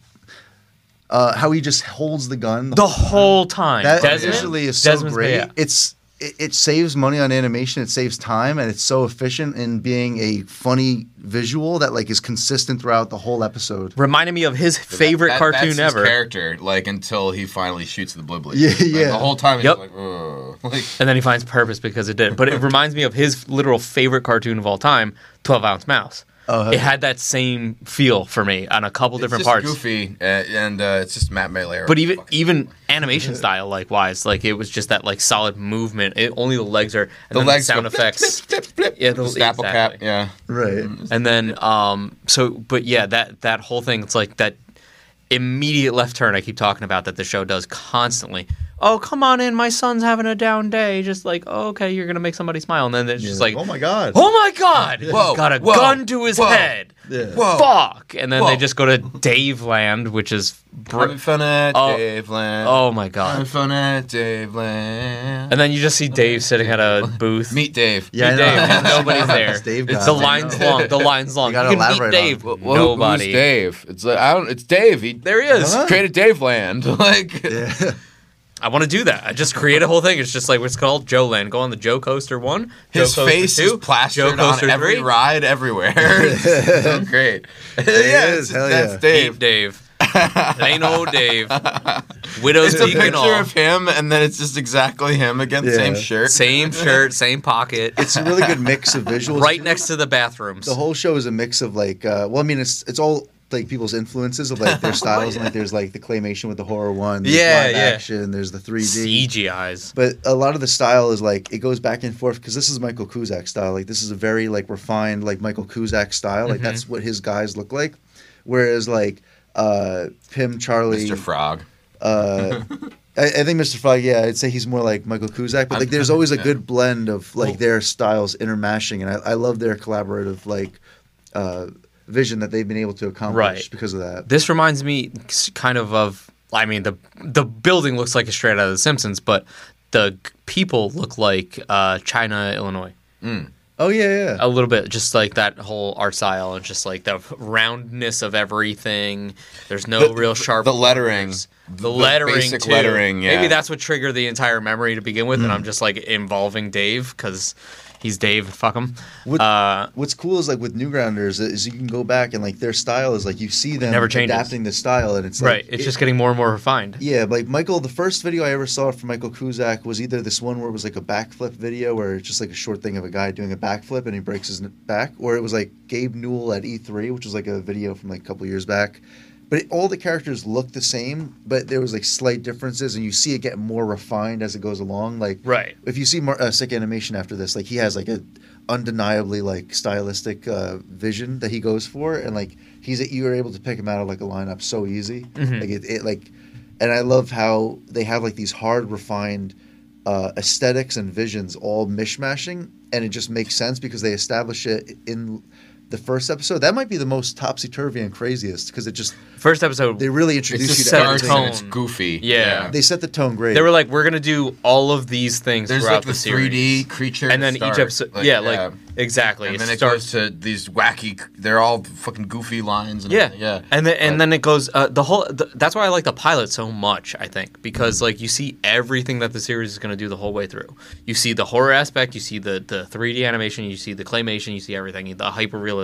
F: uh, how he just holds the gun.
E: the whole time.
F: that
E: Desmond?
F: visually is so
E: Desmond's-
F: great.
E: yeah.
F: It's it, it saves money on animation. It saves time, and it's so efficient in being a funny visual that like is consistent throughout the whole episode.
E: reminded me of his favorite
C: That-
E: cartoon
C: that's his
E: ever.
C: character, like until he finally shoots the blibbly.
F: Yeah,
C: Like,
F: yeah.
C: The whole time he's
E: Yep.
C: like, Ugh. like
E: and then he finds purpose because it did. But it reminds me of his literal favorite cartoon of all time, Twelve Ounce Mouse.
F: Oh,
E: it had that same feel for me on a couple
C: it's
E: different
C: just
E: parts.
C: goofy, uh, and uh, it's just Matt Malera.
E: But even even animation style like wise, like it was just that like solid movement. It, only the legs are and
C: the
E: then
C: legs
E: the sound
C: go flip,
E: effects.
C: flip, flip, flip,
E: Yeah,
C: the
E: the-
C: snapple cap.
E: exactly.
C: Yeah,
F: Right.
E: and then um so but yeah that that whole thing it's like that immediate left turn i keep talking about that the show does constantly oh come on in my son's having a down day just like oh, okay you're gonna make somebody smile and then it's just like
F: oh my god.
E: oh my god
C: Whoa,
E: he's got a
C: whoa,
E: gun to his
C: whoa.
E: head
F: Yeah.
C: Whoa.
E: fuck and then
C: Whoa.
E: they just go to dave land which is br-
C: having fun at
E: Oh.
C: Dave Land.
E: oh my
C: having
E: god
C: fun at Dave Land.
E: and then you just see dave sitting at a booth
C: Meet Dave.
F: Yeah, I
E: Meet
F: know.
E: Dave, and nobody's there.
F: It's Dave
E: It's
F: guy.
E: the
F: I
E: line's
F: know.
E: long. The line's long. You,
F: gotta
E: can meet
F: elaborate on it.
E: Dave.
F: Wh-
C: Who-
E: Nobody.
C: Who's Dave? It's like I don't. It's Dave. He
E: There he is.
F: Huh?
C: created Dave Land. Like
F: Yeah.
E: I want to do that. I just create a whole thing. It's just like what's called Joe Land. Go on the Joe Coaster one. Joe
C: his
E: Coaster
C: face
E: two,
C: is plastered
E: Joe
C: on
E: Coaster
C: every
E: three.
C: ride everywhere. It's so great. yeah,
F: is,
C: it's-
F: hell
C: that's
F: yeah.
E: Dave.
C: Dave.
E: Dave. it ain't old Dave. Widow's
C: It's a
E: peak and
C: picture
E: all.
C: of him, and then it's just exactly him again.
F: Yeah.
C: Same shirt.
E: Same shirt, same pocket.
F: It's a really good mix of visuals.
E: right next to the bathrooms.
F: the whole show is a mix of like uh, well i mean it's it's all like people's influences of like their styles and like there's like the claymation with the horror one there's
E: Oh, Yeah,
F: live
E: yeah.
F: action there's the 3d
E: CGI's.
F: but a lot of the style is like it goes back and forth because this is michael kuzak style like this is a very like refined like michael kuzak style
E: Mm-hmm.
F: like that's what his guys look like whereas like uh pim charlie
C: Mr. Frog.
F: uh I, I think Mr. Frog, yeah, I'd say he's more like Michael Kuzak, but like there's always a good blend of like their styles intermashing, and I, I love their collaborative like uh, vision that they've been able to accomplish
E: Right.
F: because of that.
E: This reminds me s- kind of of I mean the the building looks like it's straight out of the Simpsons, but the g- people look like uh, China, Illinois.
F: Oh yeah, yeah.
E: a little bit just like that whole art style and just like the roundness of everything there's no real sharp
C: the lettering.
E: corners.
C: The
E: the lettering
C: basic
E: too.
C: lettering, yeah. Hmm.
E: maybe that's what triggered the entire memory to begin with and i'm just like involving dave because he's dave fuck him
F: What-
E: uh,
F: What's cool is like with Newgrounders is you can go back and like their style is like you see them
E: never changes.
F: adapting the style, and it's like,
E: right it's just getting more and more refined
F: Yeah, like Michael, the first video I ever saw from Michael Kuzak was either this one where it was like a backflip video, where it's just like a short thing of a guy doing a backflip and he breaks his n- back, or it was like Gabe Newell at E3, which was like a video from like a couple years back. But it, all the characters looked the same, but there was like slight differences, and you see it get more refined as it goes along. Like,
E: Right.
F: If you see Mar- uh, Sick Animation after this, like he has like a undeniably like stylistic uh, vision that he goes for, and like he's you are able to pick him out of like a lineup so easy.
E: Mm-hmm.
F: Like it, it like and I love how they have like these hard, refined uh, aesthetics and visions all mishmashing, and it just makes sense because they establish it in the first episode. That might be the most topsy turvy and craziest because it just
E: first episode
F: they really
C: It's
F: introduce
C: just
F: you
E: set a
F: to
C: dark
F: everything.
E: tone.
C: and it's goofy.
E: Yeah.
F: They set the tone great.
E: they were like we're gonna do all of these things
C: There's
E: throughout
C: like the,
E: the series
C: 3D creature,
E: and then
C: to start,
E: each episode yeah like exactly
C: and
E: it
C: then it
E: starts
C: goes to these wacky. They're all fucking goofy lines. And
E: Yeah,
C: everything, yeah.
E: and then and
C: But
E: then it goes uh, the whole. The, that's why I like the pilot so much. I think because like you see everything that the series is going to do the whole way through. You see the horror aspect. You see the the 3D animation. You see the claymation. You see everything. The hyper realism.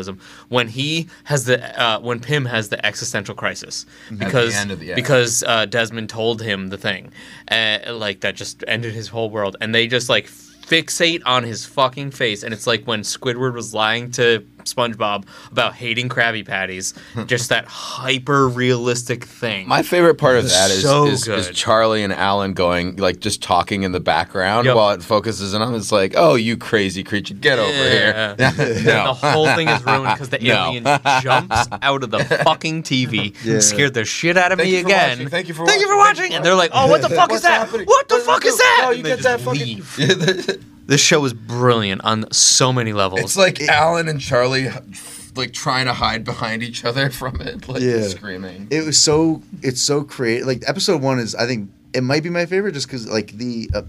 E: When he has the uh, when Pim has the existential crisis because
C: end of the- yeah.
E: because uh, Desmond told him the thing, uh, like that just ended his whole world, and they just like fixate on his fucking face, and it's like when Squidward was lying to SpongeBob about hating Krabby Patties, just that hyper realistic thing.
C: My favorite part of that is,
E: So
C: is, is
E: good.
C: Charlie and Alan going like just talking in the background
E: Yep.
C: while it focuses on him. It's like, oh, you crazy creature, get over
E: Yeah.
C: here.
E: The whole thing is ruined because the
C: No.
E: alien jumps out of the fucking TV
F: Yeah.
E: and scared the shit out of
C: Thank
E: me
C: you for
E: again.
C: watching. Thank you for watching.
E: watching. And they're like, "Oh, what the fuck is that?
C: happening?
E: What the
C: What did
E: fuck
C: you
E: is
C: do?
E: that?"
C: No, you
E: and they
C: get
E: just
C: that fucking-
E: leave. This show is brilliant on so many levels.
C: It's like Alan and Charlie, like trying to hide behind each other from it, like
F: Yeah.
C: screaming.
F: it was so it's so creative like episode one is i think it might be my favorite just because like the uh,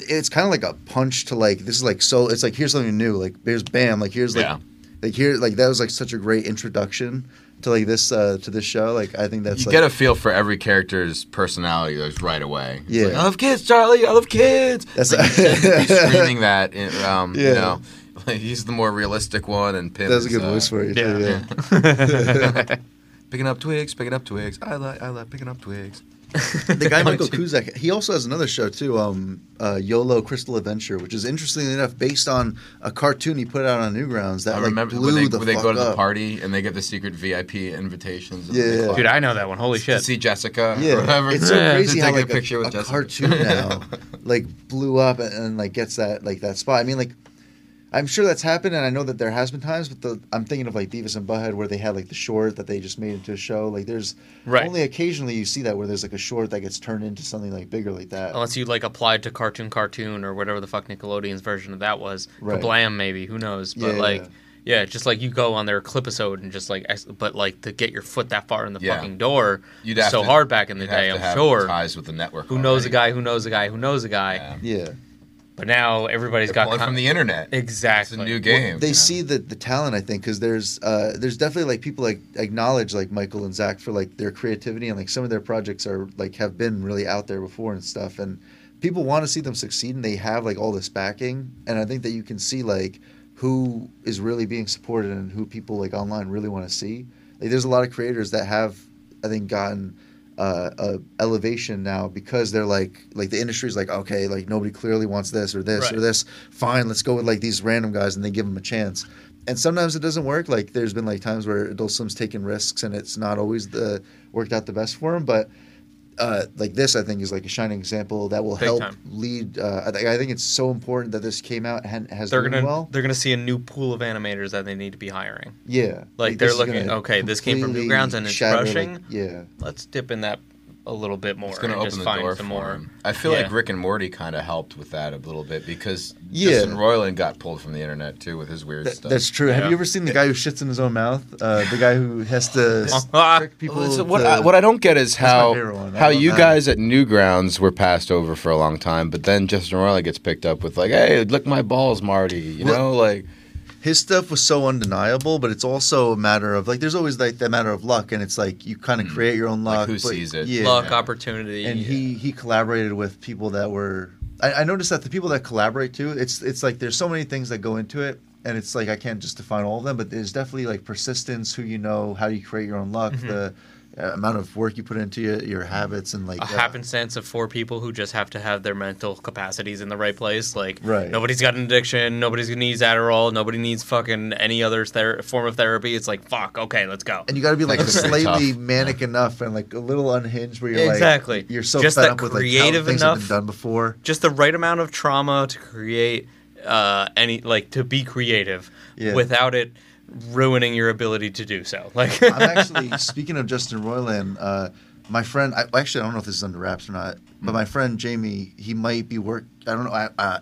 F: it's kind of like a punch to like this is like so it's like here's something new like here's bam like here's like
C: Yeah.
F: like here like that was like such a great introduction to like this uh to this show like i think that's
C: you
F: like
C: get a feel for every character's personality like, right away. It's
F: Yeah.
C: like, I love kids, Charlie. I love kids.
F: That's-
C: like, you shouldn't be screaming that. in- Um,
F: Yeah.
C: You know, like, he's the more realistic one, and Pim.
F: that was a
C: is,
F: good
C: uh,
F: voice for you
E: yeah.
F: too, yeah.
C: Picking up twigs, picking up twigs. I like, I like picking up twigs.
F: the guy Michael Kuzak, he also has another show too, um, uh, YOLO Crystal Adventure, which is interestingly enough based on a cartoon he put out on Newgrounds that
C: I
F: like,
C: remember
F: blew
C: when they,
F: the
C: when they
F: fuck
C: go to the
F: up.
C: party and they get the secret VIP invitations. and
F: Yeah,
C: they
F: yeah.
C: call
E: Dude, I know that one. Holy
C: to
E: shit.
C: see Jessica
F: Yeah,
C: or whatever.
F: it's so
E: Yeah.
F: crazy
C: to
F: how
C: take
F: like
C: a
F: a,
C: picture with
F: a
C: Jessica.
F: cartoon now like blew up and, and like gets that like that spot. I mean, like I'm sure that's happened, and I know that there has been times. But the I'm thinking of like Beavis and Butthead where they had like the short that they just made into a show. Like there's
E: Right.
F: only occasionally you see that where there's like a short that gets turned into something like bigger like that.
E: Unless you like applied to Cartoon Cartoon or whatever the fuck Nickelodeon's version of that was.
F: Right.
E: Right. Blam maybe, who knows? But
F: Yeah,
E: like
F: yeah.
E: yeah, just like you go on their clipisode and just like ex- but like to get your foot that far in the
C: Yeah.
E: fucking door
C: You'd
E: was
C: have
E: so
C: to-
E: hard back in the
C: you'd have
E: day,
C: to
E: I'm
C: have
E: sure.
C: Ties with the network.
E: Who knows a
C: already.
E: guy, who knows a guy, who knows a guy.
C: Yeah.
F: yeah.
E: But now everybody's got
C: Pulling
E: con-
C: from the internet. It's
E: Exactly.
C: a new game.
F: They
C: you know?
F: see the, the talent, I think, because there's uh, there's definitely like people like acknowledge like Michael and Zach for like their creativity and like some of their projects are like have been really out there before and stuff, and people want to see them succeed and they have like all this backing, and I think that you can see like who is really being supported and who people like online really want to see. Like there's a lot of creators that have I think gotten uh, a elevation now because they're like like the industry's like okay like nobody clearly wants this or this or
E: Right.
F: this fine let's go with like these random guys and they give them a chance and sometimes it doesn't work like there's been like times where Adult Swim's taken risks and it's not always the worked out the best for them but uh, like this I think is like a shining example that will
E: Big
F: help
E: time.
F: lead uh, I, think I think it's so important that this came out and has
E: they're
F: done
E: gonna
F: well
E: they're gonna see a new pool of animators that they need to be hiring.
F: yeah
E: Like, they're
F: this is
E: looking,
F: gonna
E: okay, this came from
F: completely
E: Newgrounds and it's
F: shatter, like-
E: crushing.
F: yeah
E: Let's dip in that a little bit more
C: It's going to
E: and
C: open
E: just
C: the
E: find
C: door
E: some
C: for
E: more.
C: him. I feel like
E: Yeah.
C: Rick and Morty kind of helped with that a little bit because
F: Yeah.
C: Justin Roiland got pulled from the internet too with his weird
F: Th-
C: stuff.
F: That's true. Have
E: Yeah.
F: you ever seen the guy who shits in his own mouth? Uh, the guy who has to s- trick people.
C: Well, so what,
F: to-
C: I, Uh, what I don't get is
F: my
C: how
F: favorite one. I
C: how
F: love
C: you
F: that.
C: guys at Newgrounds were passed over for a long time, but then Justin Roiland gets picked up with like, "Hey, look my balls, Marty." You
F: Well-
C: know, like
F: his stuff was so undeniable, but it's also a matter of like there's always like that matter of luck, and it's like you kind of create your own luck.
C: Hmm. who
F: but-
C: sees it.
F: Yeah.
E: luck, opportunity.
F: And he he collaborated with people that were. I, I noticed that the people that collaborate too, it's it's like there's so many things that go into it, and it's like I can't just define all of them, but there's definitely like persistence, who you know, how you create your own luck,
E: Mm-hmm.
F: the uh, amount of work you put into your, your habits, and like
E: a
F: uh,
E: happenstance of four people who just have to have their mental capacities in the right place. Like,
F: Right.
E: nobody's got an addiction. Nobody's gonna needs Adderall. Nobody needs fucking any other ther- form of therapy. It's like, fuck, okay, let's go.
F: and you got to be like
C: That's very
F: slightly
C: tough.
F: manic enough and like a little unhinged where
E: Yeah,
F: you're
E: exactly.
F: like you're so
E: Just
F: fed
E: that
F: up with like how
E: creative
F: things have been
E: enough-
F: done before.
E: just the right amount of trauma to create uh, any like to be creative
F: Yeah.
E: without it ruining your ability to do so. Like,
F: I'm actually speaking of Justin Roiland. Uh, my friend, I, actually, I don't know if this is under wraps or not, but my friend Jamie, he might be work. I don't know. I, I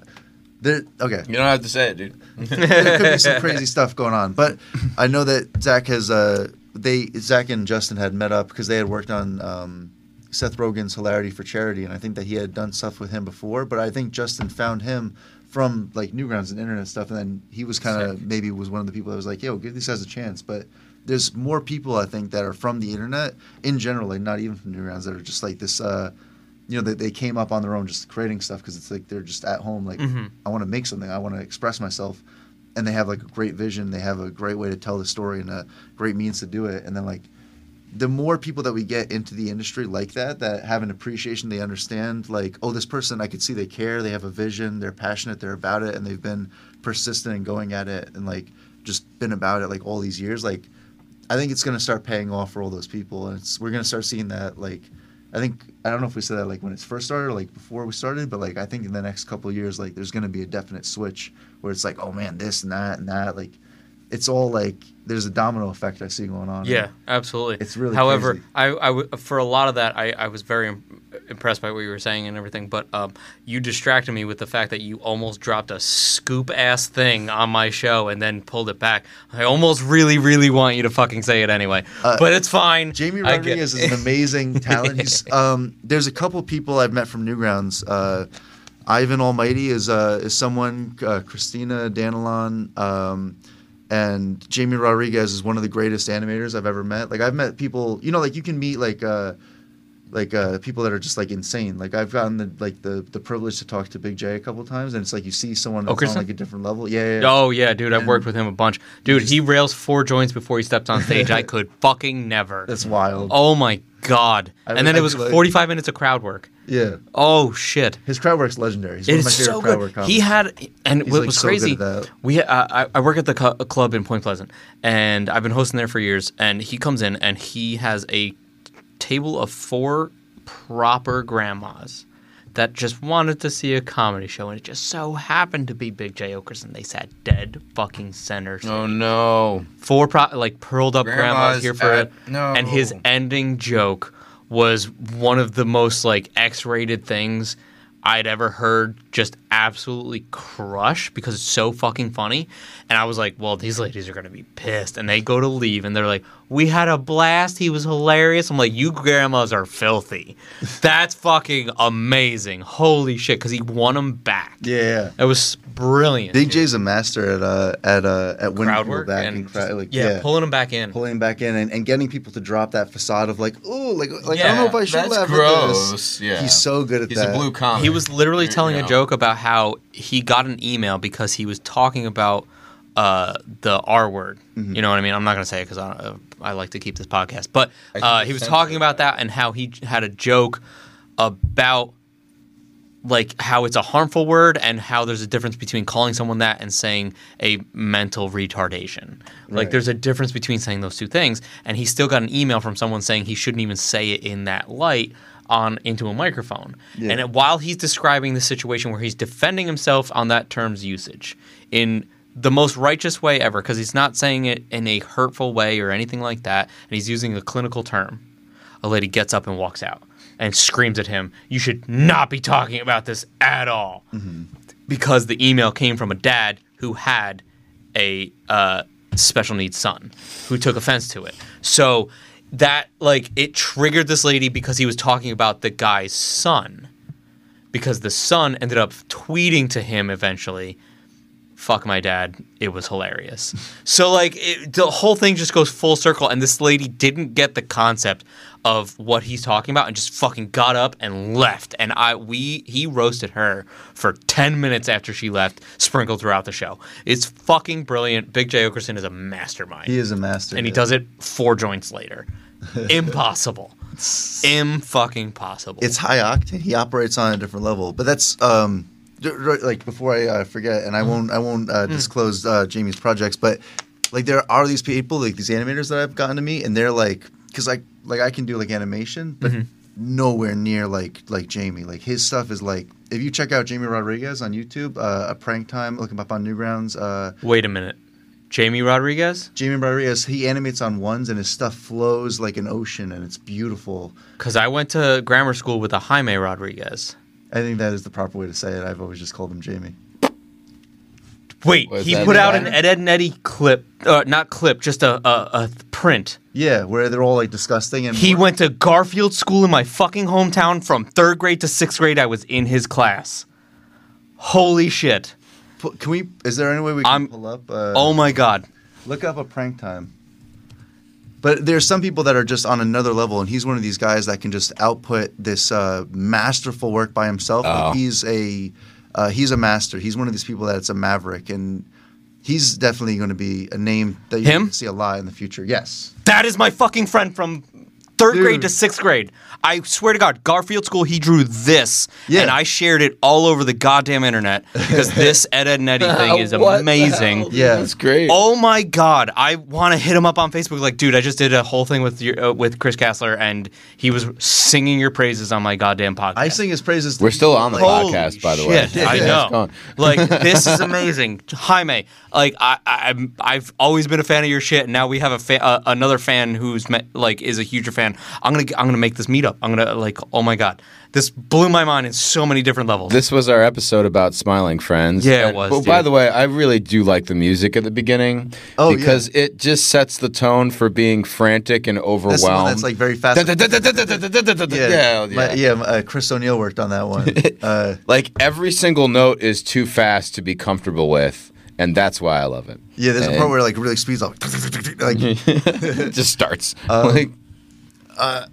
F: there. Okay,
C: you don't have to say it, dude.
F: there could be some crazy stuff going on. But I know that Zach has uh, they Zach and Justin had met up because they had worked on um, Seth Rogen's Hilarity for Charity, and I think that he had done stuff with him before. But I think Justin found him from like Newgrounds and internet stuff, and then he was kind of maybe was one of the people that was like, "Yo, give these guys a chance." But there's more people I think that are from the internet in general, like not even from Newgrounds, that are just like this. Uh, you know, they, they came up on their own just creating stuff because it's like they're just at home. Like, I want to make something, I want to express myself. And they have like a great vision, they have a great way to tell the story and a great means to do it. And then, like, the more people that we get into the industry like that, that have an appreciation, they understand, like, oh, this person, I could see they care, they have a vision, they're passionate, they're about it, and they've been persistent and going at it and like just been about it like all these years. Like, I think it's going to start paying off for all those people, and it's we're going to start seeing that. Like, I think I don't know if we said that like when it's first started, or, like before we started, but like I think in the next couple of years, like there's going to be a definite switch where it's like, oh man, this and that and that. Like, it's all like there's a domino effect I see going on.
E: Yeah, absolutely.
F: Mm. It's really
E: However,
F: crazy.
E: I, I w- for a lot of that, I, I was very im- impressed by what you were saying and everything. But um, you distracted me with the fact that you almost dropped a scoop ass thing on my show and then pulled it back. I almost really, really want you to fucking say it anyway, but it's fine.
F: Uh, Jamie
E: I get-
F: Rodriguez is an amazing talent. He's, um, there's a couple people I've met from Newgrounds. Uh, Ivan Almighty is uh, is someone. Uh, Christina Danilon um, and Jamie Rodriguez is one of the greatest animators I've ever met. Like I've met people, you know, like you can meet like. Uh, like uh, people that are just like insane. Like I've gotten the like the, the privilege to talk to Big J a couple times, and it's like you see someone that's on
E: Christian?
F: like a different level. Yeah, yeah, yeah.
E: Oh yeah, dude, I've worked with him a bunch. Dude, he rails four joints before he steps on stage. I could fucking never.
F: that's wild.
E: Oh my god!
F: I
E: and then
F: would-
E: it
F: I'd
E: was
F: be like-
E: 45 minutes of crowd work.
F: Yeah,
E: Oh shit!
F: his crowd work's legendary. He's one of my
E: It's
F: favorite
E: so
F: crowd
E: good.
F: work comics.
E: He had, and
F: He's,
E: what
F: like,
E: was
F: so good
E: crazy,
F: at that.
E: we uh, I, I work at the cu- club in Point Pleasant, and I've been hosting there for years. And he comes in, and he has a table of four proper grandmas that just wanted to see a comedy show, and it just so happened to be Big J Okerson. They sat dead fucking center. stage
C: Oh no!
E: four pro- like curled up grandmas,
C: Grandmas
E: here for
C: at-
E: it.
C: no.
E: And his ending joke was one of the most like X-rated things I'd ever heard. Just absolutely crush because it's so fucking funny. And I was like, well, these ladies are gonna be pissed. And they go to leave, and they're like, we had a blast. He was hilarious. I'm like, you grandmas are filthy. That's fucking amazing. Holy shit, because he won them back.
F: Yeah, yeah.
E: It was brilliant.
F: Big
E: dude.
F: J's a master at uh, at uh, at winning
E: crowd
F: people
E: work
F: back
E: and,
F: and, crowd,
E: just-
F: like,
E: yeah,
F: yeah,
E: pulling them back in.
F: pulling back in and, and getting people to drop that facade of like, oh, like, like I
E: Yeah,
F: don't know if I should
C: that's
F: laugh at
C: gross.
F: this.
C: Yeah.
F: he's so good at
C: He's
F: that.
C: a blue comic.
E: He was literally
C: You
E: telling
C: know.
E: a joke about how he got an email because he was talking about uh, the R word.
C: Mm-hmm.
E: You know what I mean? I'm not going to say it because I, uh, I like to keep this podcast. But
C: I
E: uh,
C: think
E: he was
C: it's
E: talking about
C: censored.
E: that and how he j- had a joke about like how it's a harmful word and how there's a difference between calling someone that and saying a mental retardation. Like
F: Right.
E: there's a difference between saying those two things and he still got an email from someone saying he shouldn't even say it in that light on into a microphone.
F: Yeah.
E: And while he's describing the situation where he's defending himself on that term's usage in the most righteous way ever because he's not saying it in a hurtful way or anything like that and he's using a clinical term a lady gets up and walks out and screams at him, You should not be talking about this at all. Because the email came from a dad who had a uh, special needs son who took offense to it. So that, like, it triggered this lady because he was talking about the guy's son. Because the son ended up tweeting to him eventually, fuck my dad. It was hilarious. So like it, the whole thing just goes full circle, and this lady didn't get the concept of what he's talking about, and just fucking got up and left. And I we he roasted her for ten minutes after she left, sprinkled throughout the show. It's fucking brilliant. Big J Okerson is a mastermind,
F: He is a master,
E: and he
F: yeah.
E: does it four joints later. Impossible. Im fucking possible.
F: It's high octane. He operates on a different level. But that's um, d- r- like before I uh, forget, and I won't I won't uh, disclose uh, Jamie's projects, but like there are these people, like these animators that I've gotten to meet, and they're like, because like like I can do like animation, but nowhere near like like Jamie. Like his stuff is like if you check out Jamie Rodriguez on YouTube, uh, a prank time, look him up on Newgrounds. Uh,
E: Wait a minute, Jamie Rodriguez?
F: Jamie Rodriguez, he animates on ones, and his stuff flows like an ocean, and it's beautiful.
E: Because I went to grammar school with a Jaime Rodriguez.
F: I think that is the proper way to say it. I've always just called him Jamie.
E: Wait,
C: Was
E: he
C: that
E: put
C: the
E: out
C: banner?
E: an Ed, Ed and Eddie clip, uh, not clip, just a, a, a th- print.
F: Yeah, where they're all like disgusting and
E: He went to Garfield School in my fucking hometown from third grade to sixth grade. I was in his class. Holy shit.
F: Pu- Can we? Is there any way we can
E: I'm-
F: pull up? Uh,
E: Oh my god.
F: look up a prank time. But there's some people that are just on another level, and he's one of these guys that can just output this uh, masterful work by himself.
C: Oh.
F: Like, he's a uh, he's a master. He's one of these people that's a maverick, and he's definitely going to be a name that you
E: Him?
F: see a lot in the future. Yes,
E: That is my fucking friend from third grade
F: Dude.
E: to sixth grade. I swear to God, Garfield School, he drew this,
F: Yeah.
E: and I shared it all over the goddamn internet because this Ed, Ed, and Eddie thing is
C: What the
E: amazing.
C: hell?
F: Yeah.
C: that's great.
E: Oh my god, I want to hit him up on Facebook. Like, dude, I just did a whole thing with your, uh, with Chris Kassler, and he was singing your praises on my goddamn podcast.
F: I sing his praises. to
C: We're
F: people,
C: still on the
F: like,
E: Holy
C: podcast, by the way.
E: shit, I
C: Yeah, it's
E: know.
C: gone.
E: like, this is amazing, Jaime. Like, I, I, I'm- I've always been a fan of your shit, and now we have a fa- uh, another fan who's met, like is a huger fan. I'm gonna, I'm gonna make this meetup. I'm gonna like, oh my god, this blew my mind in so many different levels.
C: This was our episode about smiling friends.
E: Yeah, it
C: And-
E: was,
C: But by
E: dude.
C: the way, I really do like the music at the beginning.
F: Oh, yeah.
C: because it just sets the tone for being frantic and overwhelmed.
F: That's the one that's like very fast.
C: Da- da- da- da- da- da- da- da- da- da- da-
F: yeah,
C: Yeah,
F: my-
C: yeah.
F: yeah. my- uh, Chris O'Neill worked on that one. Uh,
C: Like every single note is too fast to be comfortable with, and that's why I love it.
F: yeah, there's a
C: And
F: part where it, like really speeds up, like
C: it just starts like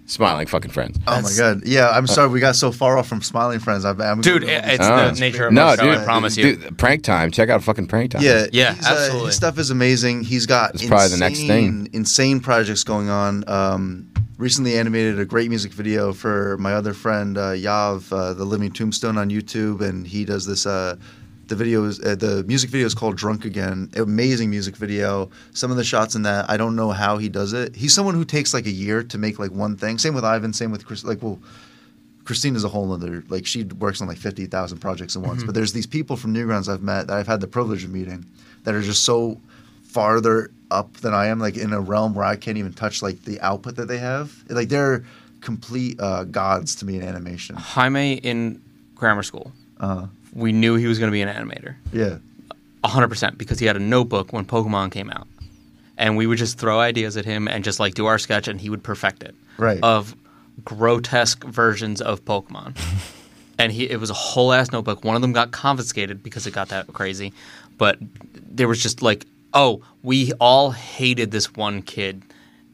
C: smiling fucking friends.
F: Um, uh, Oh my god! Yeah,
C: uh,
F: I'm sorry we got so far off from smiling friends. I'm, I'm
E: dude, it, it's
C: Oh.
E: the nature of
C: no,
E: our show.
C: dude,
E: I promise you.
C: Dude, prank time. Check out fucking prank time.
F: yeah,
E: Yeah,
F: he's, uh,
E: absolutely.
F: his stuff is amazing. He's got
C: It's probably the next
F: insane-
C: thing.
F: Insane projects going on. Um, recently animated a great music video for my other friend uh, Yav, uh, the Living Tombstone on YouTube, and he does this. Uh, the video is uh, the music video is called Drunk Again. Amazing music video. Some of the shots in that, I don't know how he does it. He's someone who takes like a year to make like one thing. Same with Ivan. Same with Chris. Like, well, Christina's a whole other like she works on like fifty thousand projects at once. But there's these people from Newgrounds I've met that I've had the privilege of meeting that are just so farther up than I am, like in a realm where I can't even touch like the output that they have. Like they're complete uh, gods to me in animation.
E: Jaime in grammar school, we knew he was going to be an animator,
F: Yeah.
E: 100%, because he had a notebook when Pokemon came out. And we would just throw ideas at him and just like do our sketch, and he would perfect it.
F: Right.
E: Of grotesque versions of Pokemon. and he, it was a whole ass notebook. One of them got confiscated because it got that crazy. But there was just like, oh, we all hated this one kid,